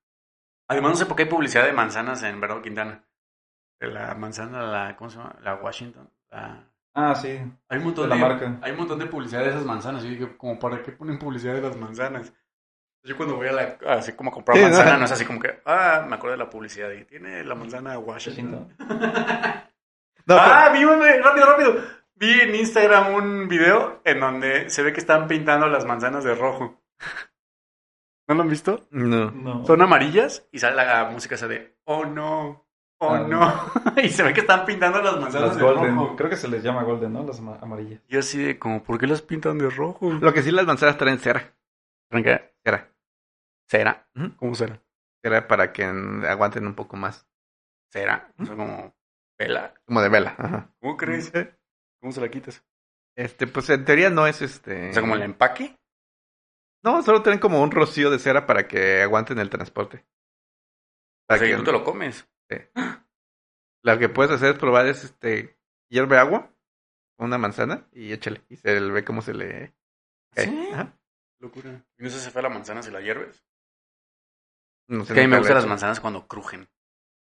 S2: Además, no sé por qué hay publicidad de manzanas en Bernardo Quintana. De la manzana, la, ¿cómo se llama? La Washington. La...
S3: Ah, sí.
S2: Hay un montón
S3: De
S2: de,
S3: la marca.
S2: Hay un montón de publicidad de esas manzanas. Yo dije, como para qué ponen publicidad de las manzanas. Yo cuando voy a la así como a comprar
S1: Sí,
S2: manzana,
S1: ¿no?
S2: no. es así como que, ah, me acuerdo de la publicidad y tiene la manzana de Washington.
S3: Washington.
S1: No,
S2: ah, vi un- rápido, rápido. Vi en Instagram un video en donde se ve que están pintando las manzanas de rojo. ¿No lo han visto?
S1: pero- no.
S3: No.
S2: Son amarillas y sale la música esa de oh no, oh
S3: Ah,
S2: no. y se ve que están pintando las manzanas
S3: Las
S2: de
S3: golden.
S2: rojo.
S3: Creo que se les llama golden, ¿no? Las ama- amarillas.
S2: Yo así de como, ¿por qué las pintan de rojo?
S1: Lo que sí, las manzanas traen cera.
S2: Tranquila,
S1: Cera.
S2: ¿Será?
S1: Ujú.
S2: ¿Cómo será?
S1: Cera para que mm, aguanten un poco más.
S2: ¿Será? O sea, como vela.
S1: Como de vela. Ajá.
S2: ¿Cómo crees? ¿Cómo se la quitas?
S1: Este, pues en teoría no es este.
S2: O sea, como el empaque.
S1: No, solo traen como un rocío de cera para que aguanten el transporte.
S2: O
S1: Para
S2: sea, y
S1: que-
S2: tú te lo comes.
S1: Lo que puedes hacer es probar es este hierve agua, una manzana y échale. Y se le ve cómo se le cae.
S2: ¿Sí?
S1: Ajá.
S2: Locura. ¿Y no se hace fea la manzana si la hierves?
S1: No sé,
S2: Que a mí me
S1: nunca lo
S2: gustan
S1: he
S2: las
S1: hecho.
S2: manzanas cuando crujen.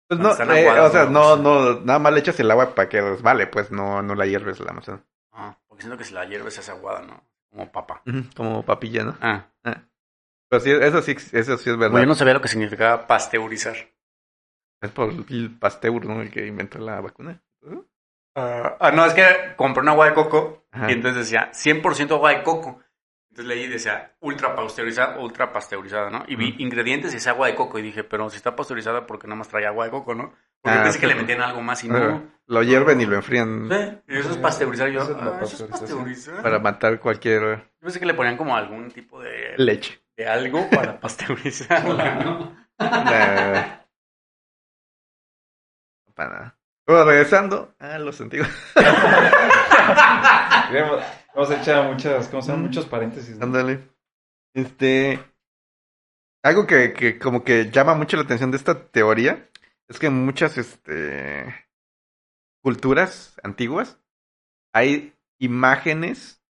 S1: Pues no,
S2: manzanas
S1: eh,
S2: aguadas,
S1: o sea,
S2: no,
S1: no,
S2: o sea.
S1: no, nada más le echas el agua para que resbale, pues no, no la hierves la manzana.
S2: Ah, porque siento que si la hierves se hace aguada, ¿no? Como papa.
S1: Ujú, Como papilla, ¿no?
S2: Ah,
S1: Pero sí, eso sí, eso sí es verdad.
S2: bueno, yo no sabía lo que significaba pasteurizar.
S1: Es por el Pasteur, ¿no? El que inventó la vacuna.
S2: Ah, ah, no, es que compré una agua de coco
S1: Ajá.
S2: y entonces decía 100% agua de coco. Entonces leí y decía ultra pasteurizada, ultra pasteurizada, ¿no? Y vi
S1: Ujú.
S2: ingredientes y decía agua de coco. Y dije, pero si está pasteurizada, ¿por qué nada más trae agua de coco, no? Porque
S1: Ah,
S2: pensé que
S1: sí.
S2: le metían algo más y no.
S1: Ajá. Lo hierven y lo enfrían
S2: Sí, y eso es pasteurizar. Yo,
S3: Eso
S2: ah,
S3: es la
S2: eso es
S3: pasteurización.
S2: pasteurizar.
S1: para matar cualquier
S2: Yo pensé que le ponían como algún tipo de,
S1: leche.
S2: de algo para pasteurizarla, ¿no?
S1: Nah. Para nada. Bueno, regresando a los antiguos.
S3: Queremos- Vamos a echar muchas, ¿cómo se llaman? Muchos paréntesis. ¿no?
S1: Mm. Ándale. Este. Algo que, que como que llama mucho la atención de esta teoría es que en muchas este, culturas antiguas hay imágenes,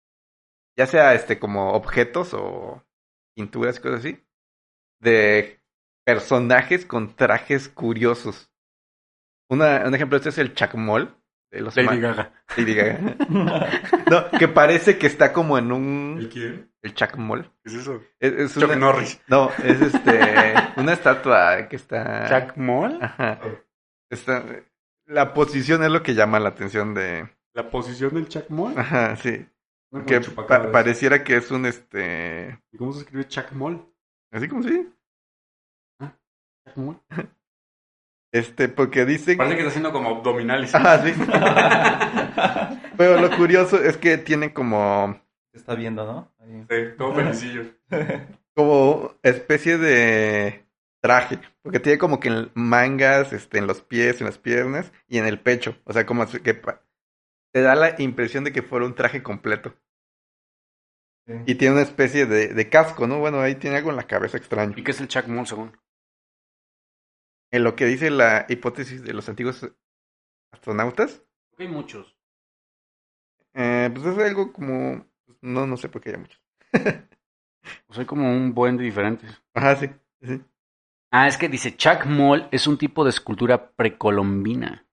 S1: ya sea este como objetos o pinturas, cosas así, de personajes con trajes curiosos. Una- un ejemplo de esto es el chacmol de los
S2: Lady
S1: ma-
S2: Gaga.
S1: Lady Gaga. no, que parece que está como en un...
S2: quién?
S1: El chacmol.
S2: ¿Qué es eso?
S1: Es, es
S2: Chuck
S1: una-
S2: Norris.
S1: no, es este una estatua que está.
S2: ¿Chuck Moll?
S1: Ajá. Está- la posición es lo que llama la atención de.
S4: La posición del Chacmol.
S1: Ajá, sí.
S4: No,
S1: Que
S4: como chupacabras.
S1: pa- pareciera que es un este.
S4: ¿Y cómo se escribe Chacmol?
S1: Así como sí.
S4: Chacmol.
S1: Este, porque dicen.
S2: Parece que está haciendo como abdominales.
S1: Ajá, sí. Pero lo curioso es que tienen como.
S3: Se Está viendo, ¿no? Ahí.
S2: Sí, todo felicillo.
S1: como especie de traje, porque tiene como que en mangas, este, en los pies, en las piernas y en el pecho, o sea, como que pa- te da la impresión de que fuera un traje completo
S3: Sí.
S1: y tiene una especie de, de casco, ¿no? Bueno, ahí tiene algo en la cabeza extraño.
S2: ¿Y qué es el Chuck Moll, según?
S1: En lo que dice la hipótesis de los antiguos astronautas,
S2: Hay muchos.
S1: eh, pues es algo como, no, no sé por qué hay muchos.
S2: Pues hay como un buen de diferentes.
S1: Ajá, sí, sí.
S2: Ah, es que dice Chuck Moll es un tipo de escultura precolombina.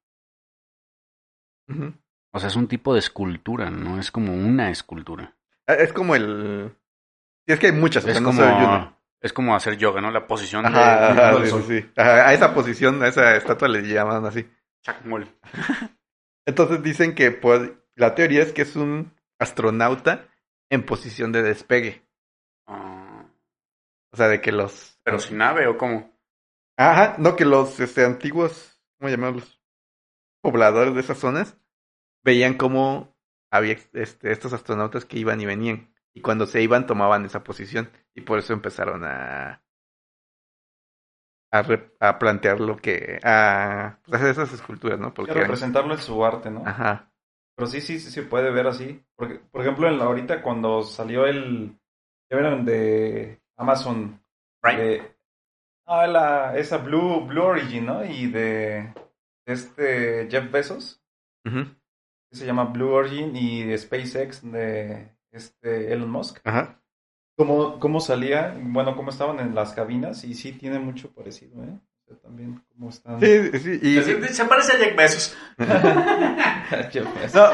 S1: Ujú.
S2: O sea, es un tipo de escultura, no es como una escultura.
S1: Ah, Es como el, sí, es que hay muchas, o
S2: Es
S1: sea, no soy uno.
S2: como, es como hacer yoga, ¿no? La posición
S1: Ajá,
S2: de
S1: ajá,
S2: del
S1: sí,
S2: sol.
S1: sí, sí. Ajá, a esa posición, a esa estatua le llaman así.
S2: Chuck Moll.
S1: Entonces dicen que pues, la teoría es que es un astronauta en posición de despegue.
S2: Ah,
S1: O sea, de que los...
S2: Pero sin nave o cómo.
S1: Ajá, no, que los este, antiguos, ¿cómo llamarlos? Pobladores de esas zonas veían cómo había este, estos astronautas que iban y venían. Y cuando se iban tomaban esa posición. Y por eso empezaron a... A, re- a plantear lo que... A pues, hacer esas esculturas, ¿no?
S3: Quiero representarlo en su arte, ¿no?
S1: Ajá.
S3: Pero sí, sí, sí se puede ver así. Porque, por ejemplo, en la, ahorita cuando salió el. ¿Ya vieron? De Amazon.
S2: Right.
S3: de- ah, la, esa Blue, Blue Origin, ¿no? Y de, de este Jeff Bezos.
S1: Ujú.
S3: que se llama Blue Origin y de SpaceX de este Elon Musk.
S1: Ajá.
S3: ¿Cómo, cómo salía? Bueno, cómo estaban en las cabinas y sí tiene mucho parecido, ¿eh? O sea, también cómo están.
S1: Sí, sí, sí, y-
S2: Se se parece a Jack Bezos.
S3: Jeff Bezos.
S1: No,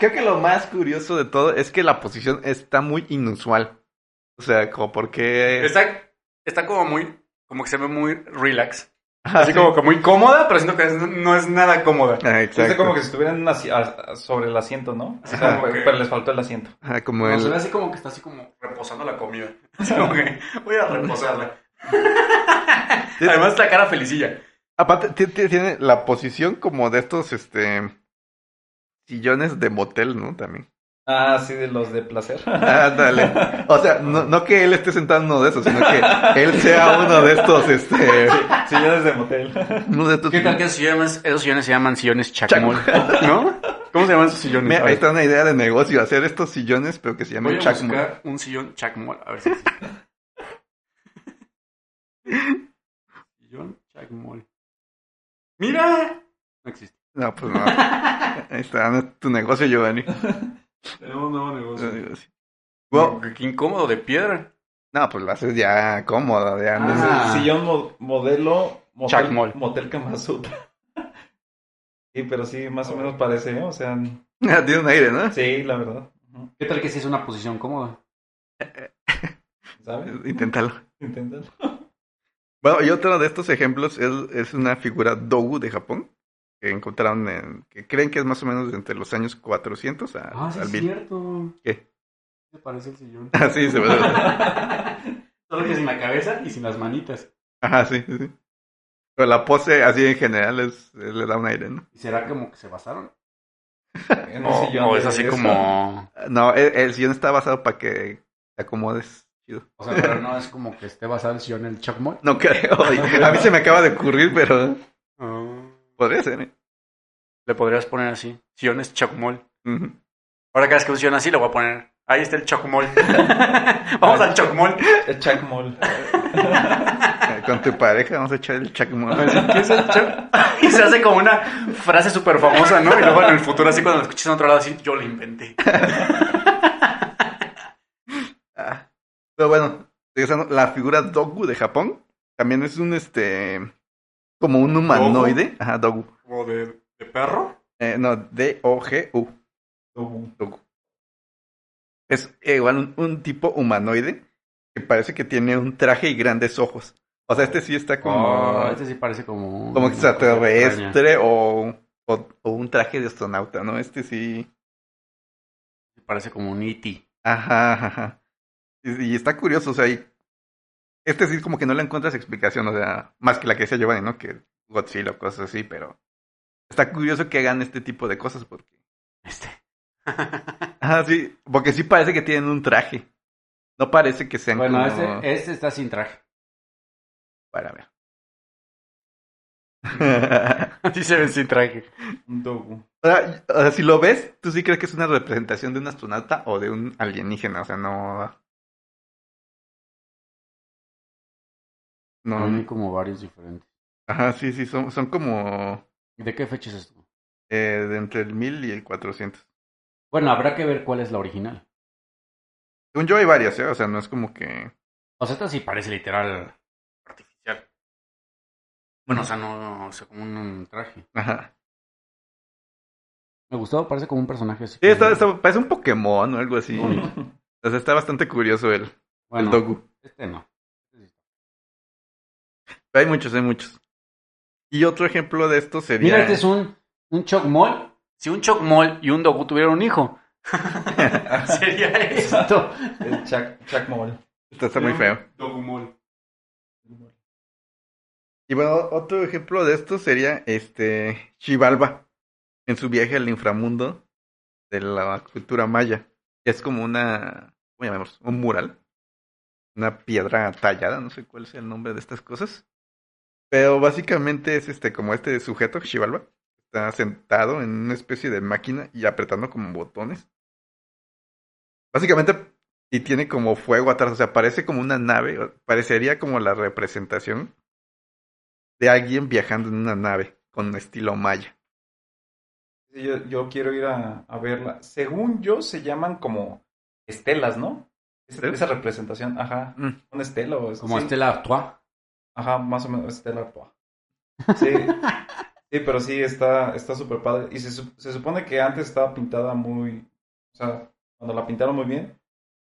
S1: creo que lo más curioso de todo es que la posición está muy inusual. O sea, como porque...
S2: Está, está como muy, como que se ve muy relax.
S1: Ajá,
S2: Así
S1: Ah, sí.
S2: como que muy cómoda, pero siento que no- no es nada cómoda.
S1: Ah,
S3: Parece
S1: exacto.
S3: como que estuvieran en una si- a- a- sobre el asiento, ¿no? O sea,
S2: Ajá.
S3: pero, pero les faltó el asiento.
S1: Ajá, como
S2: No, se ve
S1: el...
S2: así como que está así como reposando la comida. Pues, Así como que voy a reposarla. Además está cara felicilla.
S1: Aparte, ti- ti- tiene la posición como de estos, este... Sillones de motel, ¿no? También.
S3: Ah, sí, de los de placer.
S1: Ah, dale. O sea, no, no que él esté sentado en uno de esos, sino que él sea uno de estos, este...
S3: Sí, ya desde motel.
S1: Uno de estos...
S2: ¿Qué tal que esos sillones, esos sillones se llaman sillones chacmol? ¿No? ¿Cómo se llaman esos sillones?
S1: Mira,
S2: A
S1: ahí
S2: ver,
S1: está una idea de negocio, hacer estos sillones, pero que se
S2: Voy
S1: llamen
S2: a
S1: chacmo.
S2: buscar un sillón chacmol. A ver si existe. Sillón chacmol. ¡Mira! No existe.
S1: No, pues no. Ahí está, no es tu negocio, Giovanni.
S4: Tenemos un nuevo
S1: Tu
S2: Eh,
S4: negocio.
S1: negocio. Bueno,
S2: Qué incómodo de piedra.
S1: no, pues lo haces ya cómoda, ya. no sé.
S2: Ah.
S3: Sillón mo- modelo motel,
S2: Chuck Moll.
S3: motel Kama Sutra. Sí, pero sí, más o menos parece, ¿eh? O sea,
S1: Tiene un aire, ¿no?
S3: sí, la verdad. Ujú.
S2: ¿Qué tal que sí es una posición cómoda?
S3: ¿Sabes?
S1: Inténtalo.
S3: Inténtalo.
S1: Bueno, y otro de estos ejemplos es, es una figura Dogu de Japón que encontraron en. que creen que es más o menos entre los años 400 a, al mil.
S2: Ah, cierto.
S1: ¿Qué?
S2: Se parece el sillón.
S1: Ah, sí, se ve.
S2: Solo que sin la cabeza y sin las manitas.
S1: Ajá, sí, sí, sí. Pero la pose así en general es, es- le da un aire, ¿no?
S2: ¿Y será como que se basaron?
S3: En un
S2: O,
S3: sillón
S2: o
S3: de
S2: es así
S3: eso.
S2: como...
S1: No, el, el sillón está basado para que te acomodes. chido.
S2: O sea, pero no es como que esté basado el sillón en el chacmol.
S1: No creo. A mí se me acaba de ocurrir, pero podría ser, ¿eh?
S2: Ah. Le podrías poner así. Siones Chocmol.
S1: Ujú.
S2: Ahora cada vez que un Sion así lo voy a poner. Ahí está el Chocmol. Vamos al Chocmol.
S3: El Chuck Moll.
S1: Eh, Con tu pareja vamos a echar el chacmo.
S2: ¿Qué es el Choc- Y se hace como una frase súper famosa, ¿no? Y luego en el futuro así cuando lo escuches en otro lado así, yo lo inventé.
S1: Ah. Pero bueno, regresando, la figura Dogu de Japón también es un este como un humanoide, ajá, Dogu.
S2: ¿Como de, perro?
S1: Eh, no, D O G U. Dogu. Es eh, igual un, un tipo humanoide que parece que tiene un traje y grandes ojos. O sea, este sí está como
S2: este sí parece como... un-
S1: como
S2: una cosa extraña.
S1: extraterrestre o, o, o un traje de astronauta, ¿no? Este sí.
S2: Parece como un E E.T.
S1: Ajá, ajá, ajá. Y, y está curioso, o sea, y- este sí como que no le encuentras explicación, o sea, más que la que decía Giovanni, ¿no? Que Godzilla o cosas así, pero está curioso que hagan este tipo de cosas porque...
S2: Este.
S1: Ajá, sí, porque sí parece que tienen un traje. No parece que sean
S5: Bueno,
S1: como-
S5: ese, eh, ese está sin traje.
S1: Para ver.
S2: Así se ven sin traje.
S3: Un Dogu.
S1: O sea, o sea, si lo ves, tú sí crees que es una representación de un astronauta o de un alienígena, o sea, no...
S5: A
S1: No,
S5: mí como varios diferentes.
S1: Ajá, sí, sí, son, son como
S5: ¿De qué fecha es esto?
S1: eh, de entre el 1000 y el 400.
S5: Bueno, habrá que ver cuál es la original.
S1: Según yo hay varias, ¿eh? o sea, no es como que...
S5: O sea, esta sí parece literal.
S2: Artificial. Bueno, o sea, no, o sea, como un, un traje.
S1: Ajá.
S5: Me gustó, parece como un personaje así.
S1: Sí, está, está- parece un Pokémon o algo así. O sea, está bastante curioso el, el
S5: Bueno,
S1: Dogu.
S5: este no.
S1: Pero hay muchos, hay muchos. Y otro ejemplo de esto sería...
S5: Mira, este es un, un chocmol.
S2: Si un Chocmol y un Dogu tuvieran un hijo, sería eso.
S5: Exacto.
S3: El Chuck, Chuck Moll.
S1: Esto está muy feo.
S4: Dogumol.
S1: Y bueno, otro ejemplo de esto sería este Xibalba en su viaje al inframundo de la cultura maya. Es como una, ¿cómo llamamos? Un mural. Una piedra tallada, no sé cuál es el nombre de estas cosas. Pero básicamente es este como este sujeto, Xibalba, está sentado en una especie de máquina y apretando como botones. Básicamente y tiene como fuego atrás, o sea, parece como una nave, o- parecería como la representación de alguien viajando en una nave con estilo maya.
S3: Sí, Yo, yo quiero ir a, a verla. Según yo, se llaman como estelas, ¿no? Es-
S1: ¿Estelas?
S3: esa representación, ajá.
S1: Mm.
S3: Un estela o es-
S5: Como
S3: sí.
S5: Estela Artois.
S3: Ajá, más o menos estela. artois. Sí, sí, pero sí, está está súper padre. Y se, su- se supone que antes estaba pintada muy... O sea, cuando la pintaron muy bien,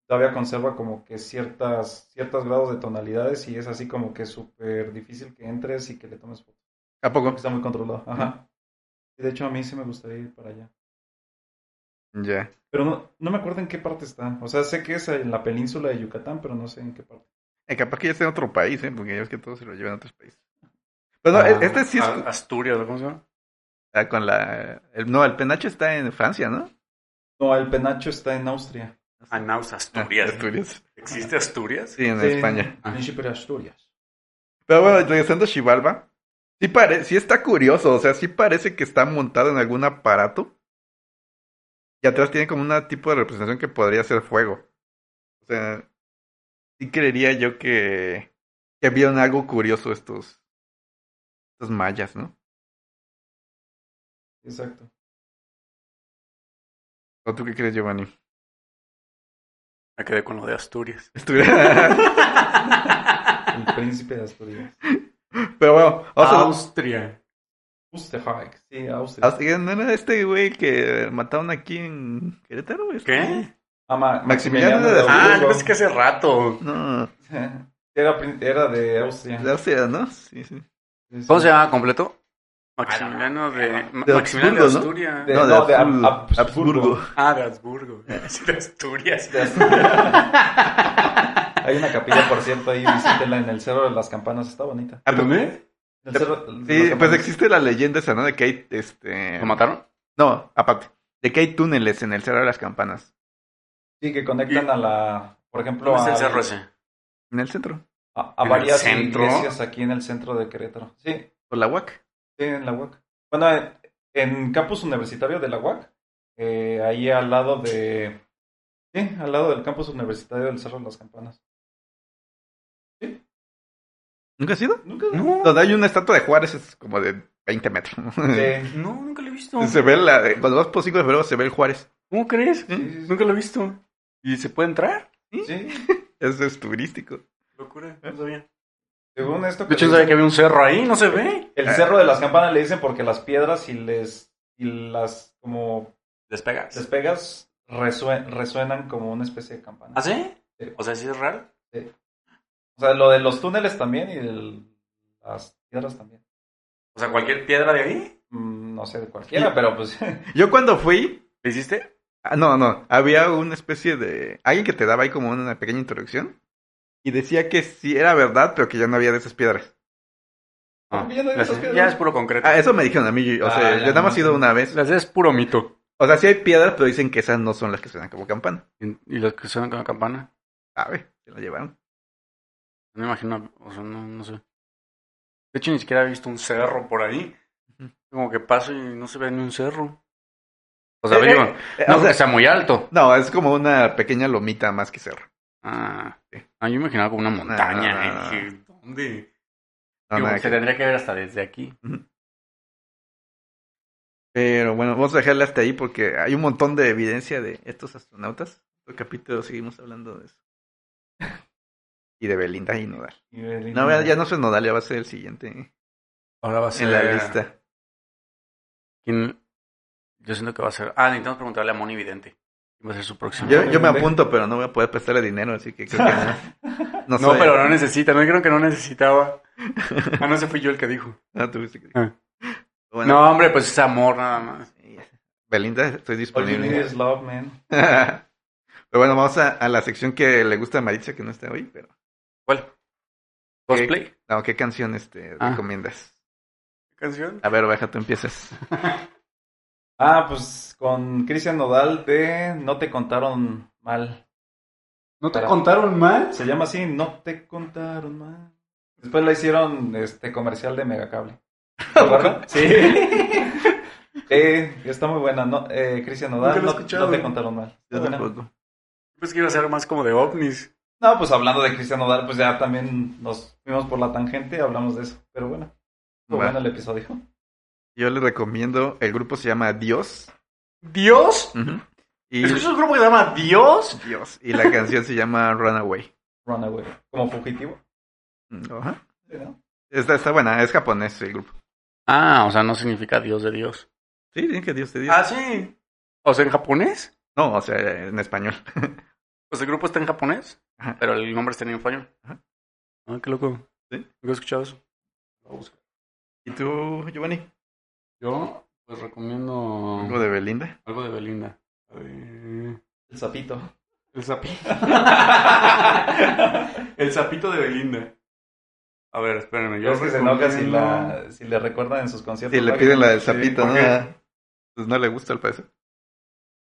S3: todavía conserva como que ciertas ciertos grados de tonalidades y es así como que súper difícil que entres y que le tomes foto.
S1: ¿A poco?
S3: Porque está muy controlado. Ajá. Y de hecho, a mí sí me gustaría ir para allá.
S1: Ya.
S3: Pero no, no me acuerdo en qué parte está. O sea, sé que es en la península de Yucatán, pero no sé en qué parte.
S1: Eh, capaz que ya está en otro país, ¿eh? Porque ya ves que todos se lo llevan a otros países. Pero no,
S5: Ah,
S1: este sí es
S2: A- Asturias, ¿cómo se llama?
S1: ah, con la... el- no, el penacho está en Francia, ¿no?
S3: No, el penacho está en Austria.
S2: Anaus,
S1: Ah,
S2: Asturias.
S1: Asturias.
S2: ¿Existe Asturias?
S1: Sí, en
S3: Sí,
S1: España.
S3: en Chipre, Asturias.
S1: Pero bueno, regresando a Xibalba, sí, pare... sí está curioso, o sea, sí parece que está montado en algún aparato. Y atrás tiene como una tipo de representación que podría ser fuego. O sea, sí creería yo que, que vieron algo curioso estos, estos mayas, ¿no?
S3: Exacto.
S1: ¿O tú qué crees, Giovanni?
S2: Me quedé con lo de Asturias.
S1: Estuviera-
S3: El príncipe de Asturias.
S1: Pero bueno, o
S2: Ah,
S1: sea,
S2: Austria.
S3: Österreich. Sí, Austria.
S1: hasta que no era este güey que mataron aquí en Querétaro. Este?
S2: ¿Qué?
S3: Ah, Ma-
S1: Maximiliano
S3: Maximiliano
S1: de
S3: de
S2: Ah,
S3: Habsburgo.
S2: yo pensé que hace rato.
S1: No,
S3: Era, prin- era de Austria.
S1: o sea, ¿no? Sí, sí.
S3: Sí, sí.
S2: ¿Cómo se llama completo? Maximiliano de... Ma-
S1: De
S2: Maximiliano de
S1: Habsburgo, ¿no?
S2: Asturias.
S3: De-
S1: no,
S3: no, de
S1: Habsburgo.
S3: Hab- Habsburgo.
S1: Habsburgo.
S2: Ah, de Habsburgo. Sí, de Asturias.
S3: De Asturias. Hay una capilla, por cierto, ahí visítenla en el Cerro de las Campanas. Está bonita.
S1: Ah, pero-
S3: El Cerro de las
S1: Sí, pues
S3: Campanas.
S1: existe la leyenda esa, ¿no? De que hay, este...
S2: ¿Lo mataron?
S1: No, aparte. De que hay túneles en el Cerro de las Campanas.
S3: Sí, que conectan a la... Por ejemplo,
S2: ¿Dónde está el
S3: al-
S2: cerro ese?
S1: En el centro.
S3: a, a
S2: ¿En el
S3: varias
S2: centro?
S3: iglesias aquí en el centro de Querétaro. Sí,
S1: Por la UAC.
S3: sí, en la UAC. Bueno, eh, en campus universitario de la UAC, eh, ahí al lado de... Sí, al lado del campus universitario del Cerro de las Campanas.
S1: ¿Nunca has ido?
S3: Nunca...
S2: No,
S1: Donde hay una estatua de Juárez es como de 20 metros.
S2: Mm.
S3: Sí.
S2: no, nunca lo he visto.
S1: Se ve la, cuando vas por 5 de febrero se ve el Juárez.
S2: ¿Cómo crees?
S1: Sí,
S3: sí, sí.
S2: ¿Mm? Nunca lo he visto. ¿Y se puede entrar?
S3: Sí,
S1: Eso es turístico.
S2: Locura, no sabía.
S3: según esto...
S2: ¿Eh? De hecho,
S3: que le
S2: no sabía que había un cerro ahí, no se ve.
S3: El cerro de las campanas le dicen porque las piedras y les y las como
S2: Despegas.
S3: les pegas resue- resuenan como una especie de campana.
S2: ¿Ah, sí?
S3: Sí.
S2: O sea, sí es raro.
S3: O sea, lo de los túneles también y de las piedras también.
S2: O sea, cualquier piedra de ahí.
S3: Mm, No sé de cualquiera, pero pues
S1: Yo cuando fui,
S2: ¿Lo hiciste?
S1: ah, no, no, había una especie de alguien que te daba ahí como una pequeña introducción y decía que sí era verdad, pero que ya no había de esas piedras.
S2: Ah.
S3: Viendo
S2: Las-
S3: esas piedras.
S2: ya es puro concreto.
S1: Ah, eso me dijeron a mí, o
S3: Ah,
S1: sea,
S3: ya,
S1: yo nada más he
S3: no.
S1: ido una vez.
S2: Las de es puro mito.
S1: O sea, sí hay piedras, pero dicen que esas no son las que suenan como campana.
S2: Y los que suenan con la campana.
S1: A ver, se la llevaron.
S2: No me imagino, o sea, no, no sé. De hecho, ni siquiera he visto un cerro por ahí.
S1: Ujú.
S2: Como que paso y no se ve ni un cerro. O sea,
S1: Eh,
S2: digo,
S1: eh, eh,
S2: no pues,
S1: o
S2: que
S1: sea,
S2: sea muy alto.
S1: no, es como una pequeña lomita más que cerro.
S2: Ah, ah, yo me imaginaba como una montaña.
S1: Ah.
S2: eh, dije, ¿Dónde?
S1: No,
S2: Digo,
S1: nada
S2: se
S1: que-
S2: tendría que ver hasta desde aquí.
S1: Pero bueno, vamos a dejarle hasta ahí porque hay un montón de evidencia de estos astronautas. En el capítulo seguimos hablando de eso. Y de Belinda y Nodal.
S3: Y el-
S1: No, ya- ya no soy Nodal, ya va a ser el siguiente
S2: Ahora va a
S1: en la lista.
S2: ¿Quién? Yo siento que va a ser. Ah, necesitamos preguntarle a Moni Vidente. ¿Quién va a ser su próximo?
S1: Yo, yo me apunto, pero no voy a poder prestarle dinero, así que creo que no. No,
S2: No,
S1: soy-
S2: pero no necesita. No dijeron que no necesitaba. Ah, no, se fui yo el que dijo.
S1: No, tuviste que-
S2: Ah.
S1: Bueno,
S2: No, hombre, pues es amor nada más.
S1: sí, ya. Belinda, estoy
S3: All you need
S1: disponible.
S3: is love, man.
S1: pero bueno, vamos a, a la sección que le gusta a Maritza, que no está hoy, pero...
S2: ¿Cuál? ¿Cosplay? ¿Qué
S1: No, ¿qué canción este,
S2: Ah.
S1: recomiendas?
S2: canción?
S1: A ver, oveja, tú empiezas.
S3: Ah, pues con Cristian Nodal de No te contaron mal.
S4: ¿No te contaron mal?
S3: Se llama así, No te contaron mal. Después la hicieron este comercial de Megacable. ¿Verdad?
S2: Sí.
S3: Eh, está muy buena, ¿no? Eh, Cristian Nodal,
S2: Nunca lo he
S3: no,
S2: escuchado.
S3: no te contaron mal. Está
S1: Yo
S3: buena.
S1: tampoco.
S2: pues que iba a ser más como de ovnis.
S3: No, pues hablando de Cristian Nodal, pues ya también nos fuimos por la tangente, hablamos de eso. Pero bueno, muy
S1: Va.
S3: bueno el episodio.
S1: Yo les recomiendo, el grupo se llama Dios.
S2: ¿Dios?
S1: Y
S2: ¿Escuchas un grupo que se llama Dios?
S1: Dios. Y la canción se llama Runaway.
S3: Runaway, como fugitivo.
S1: Ajá.
S3: ¿no?
S1: Está, está buena, es japonés el grupo.
S2: Ah, o sea, no significa Dios de Dios.
S1: Sí, dicen que Dios te dio.
S2: Ah, sí. O sea, en japonés.
S1: No, o sea, en español.
S2: Pues el grupo está en japonés,
S1: Ajá.
S2: pero el nombre está en español.
S1: Ajá.
S2: Ah, qué loco.
S1: Sí.
S2: Nunca he escuchado eso.
S1: ¿Y tú, Giovanni?
S5: Yo pues recomiendo
S1: Algo de Belinda.
S5: algo de Belinda. Eh,
S3: El sapito.
S5: El sapito.
S2: El sapito de Belinda. A ver, espérenme. Yo
S3: Es que se enoja si, la, si le recuerdan en sus conciertos.
S1: Sí, le
S3: ¿no?
S1: piden la del
S3: Sí,
S1: sapito, ¿no?
S2: ¿por qué?
S1: Pues no le gusta al parecer.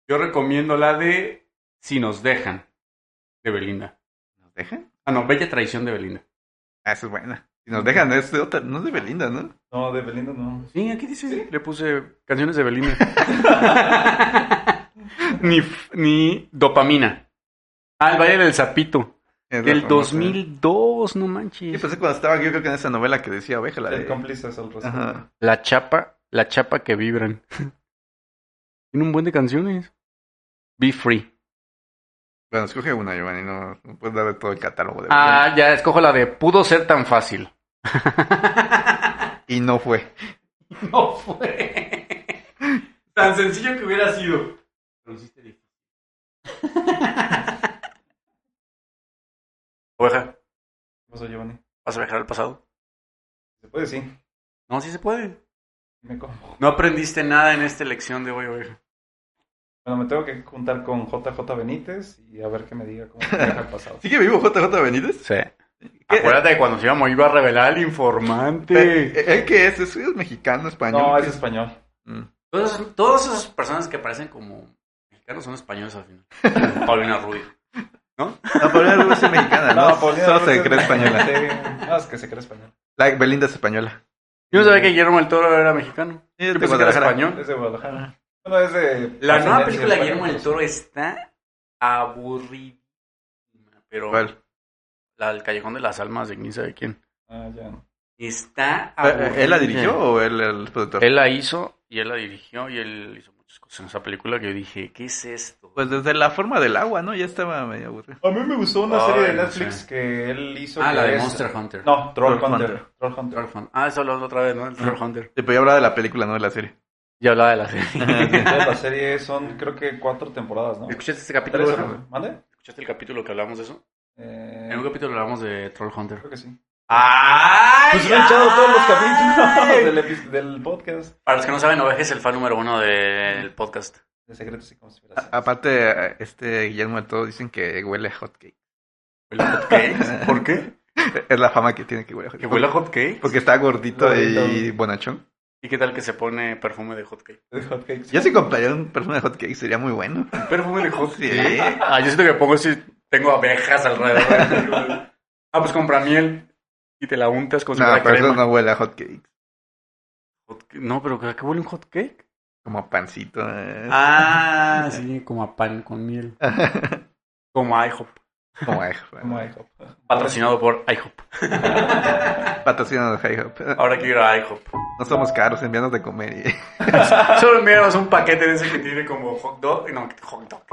S2: Yo recomiendo la de Si nos dejan, de Belinda.
S1: ¿Nos dejan?
S2: Ah, no, Bella Traición de Belinda.
S1: Ah, eso es buena. Si nos dejan, es de otra, no es de Belinda, ¿no?
S3: No, de Belinda no.
S2: Sí, aquí dice. Le puse canciones de Belinda. ni, f- ni dopamina. Ah, el baile del sapito.
S1: Es la
S2: Del
S1: famosa.
S2: 2002, no
S1: Sí,
S2: manches.
S1: pues cuando estaba yo creo que en esa novela que decía oveja, la
S3: El
S1: de...
S3: cómplice es el resto.
S1: Ajá.
S2: La chapa, la chapa que vibran. Tiene un buen de canciones. Be Free.
S1: Bueno, escoge una, Giovanni, no, no puedes darle todo el catálogo de Belinda.
S2: Ah, ya, escojo la de Pudo ser tan fácil.
S1: Y no fue.
S2: No fue. Tan sencillo que hubiera sido. Oveja,
S3: ¿Qué pasó, Giovanni?
S2: ¿vas a viajar al pasado?
S3: Se puede, sí.
S2: No, sí se puede.
S3: Dime cómo.
S2: No aprendiste nada en esta lección de hoy, oveja.
S3: Bueno, me tengo que juntar con JJ Benítez y a ver que me diga cómo se viaja al pasado.
S1: ¿Sigue vivo JJ Benítez?
S2: Sí. Acuérdate de cuando se íbamos, iba a revelar al informante.
S1: Eh, ¿Él qué es? ¿Es, es mexicano, español?
S3: No,
S1: ¿Qué
S3: es español.
S1: Mm.
S2: Todas, todas esas personas que parecen como mexicanos son españoles al final. Paulina Rubio.
S1: No, Paulina Rubio es
S2: Ah,
S1: mexicana, ¿no?
S3: Paulina
S1: Solo
S3: Rubio
S1: se
S3: es
S1: cree española.
S3: Sí, no, es que se cree español.
S1: La Belinda es española.
S2: Yo no sabía que Guillermo del Toro era mexicano.
S1: Sí,
S2: Yo
S1: de
S2: pensé que era
S1: Guadalajara.
S2: español.
S3: Es de Guadalajara. Bueno, es de.
S2: La nueva
S3: ascendencia
S2: película de Guillermo
S3: española.
S2: del Toro está aburridísima. Pero
S1: ¿Cuál?
S2: la del Callejón de las Almas de quién sabe quién.
S3: Ah, ya.
S2: Está
S1: Eh,
S2: aburrida.
S1: ¿Él la dirigió o él el productor?
S2: Él la hizo y él la dirigió y él hizo muchas cosas en esa película que yo dije, ¿qué es esto?
S1: Pues desde la forma del agua, ¿no? Ya estaba medio aburrido.
S3: A mí me gustó una
S2: Ay,
S3: serie de
S2: no
S3: Netflix
S2: sé.
S3: que él hizo.
S2: ah,
S3: que
S2: la de
S3: es-
S1: eh,
S2: Monster Hunter.
S3: No, Troll
S1: Troll
S3: Hunter.
S1: Hunter.
S3: Troll Hunter.
S2: Troll Hunter. Ah, eso lo otra vez, ¿no? El Troll Hunter.
S1: Sí, pero yo hablaba de la película, no de la serie.
S2: Ya hablaba de la serie.
S3: Entonces, la serie son, creo que cuatro temporadas, ¿no?
S2: ¿Escuchaste este
S3: Tres,
S2: capítulo?
S3: ¿no? ¿Mande?
S2: ¿Escuchaste el capítulo que hablamos de eso?
S3: Eh,
S2: En un capítulo hablamos de Troll Hunter.
S3: creo que sí.
S2: ¡Ay!
S3: Pues lo he echado todos los capítulos
S2: ay.
S3: del, epi- del podcast
S2: Para los que no saben, Oveja es el fan número uno del podcast.
S3: de Secretos y
S1: A-
S3: Conspiraciones.
S1: aparte, este Guillermo del Toro dicen que huele a hotcake.
S2: ¿Por qué?
S1: Es la fama que tiene que huele a
S2: ¿Que
S1: hotcake.
S2: huele a hotcake?
S1: Porque está gordito,
S3: Gordito.
S1: y bonachón.
S2: ¿Y qué tal que se pone perfume de hotcake?
S3: De hotcakes.
S1: Yo si compraría un perfume de hotcake sería muy bueno.
S2: ¿Perfume de
S1: Sí.
S2: Ah, yo siento que pongo si tengo abejas alrededor. ah, pues compra miel y te la untas con
S1: No,
S2: su
S1: pero eso
S2: Pues crema.
S1: no huele a hotcake.
S2: Hotcake- No, pero ¿a qué huele un hotcake?
S1: Como pancito. eh.
S2: Ah, sí, como a pan con miel. Como a IHOP.
S1: Como a- eh.
S3: Como IHOP.
S2: Patrocinado por IHOP.
S1: Patrocinado de High Hop.
S2: Ahora quiero ir a IHOP.
S1: No somos caros, envíanos de comer. y-
S2: Solo enviamos un paquete de ese que tiene como hot dog. eh, No, hot dog.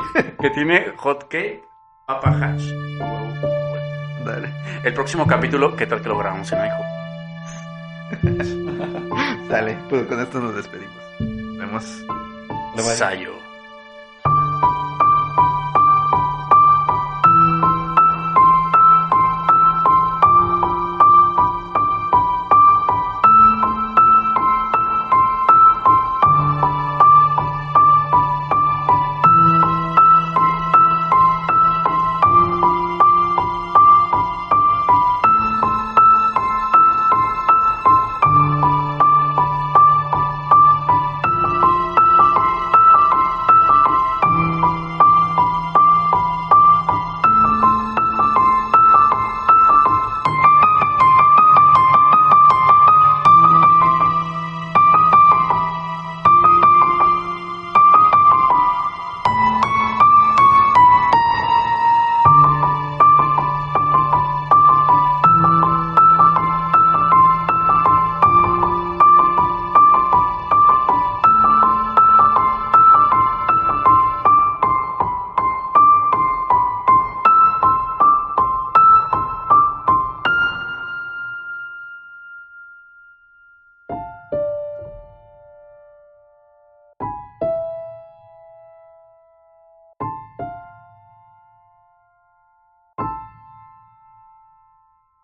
S2: Que tiene hotcake, papa hash.
S1: Dale.
S2: El próximo capítulo, ¿qué tal que lo grabamos en IHOP?
S1: Dale, pues con esto nos despedimos. Nos vemos.
S2: Sayo.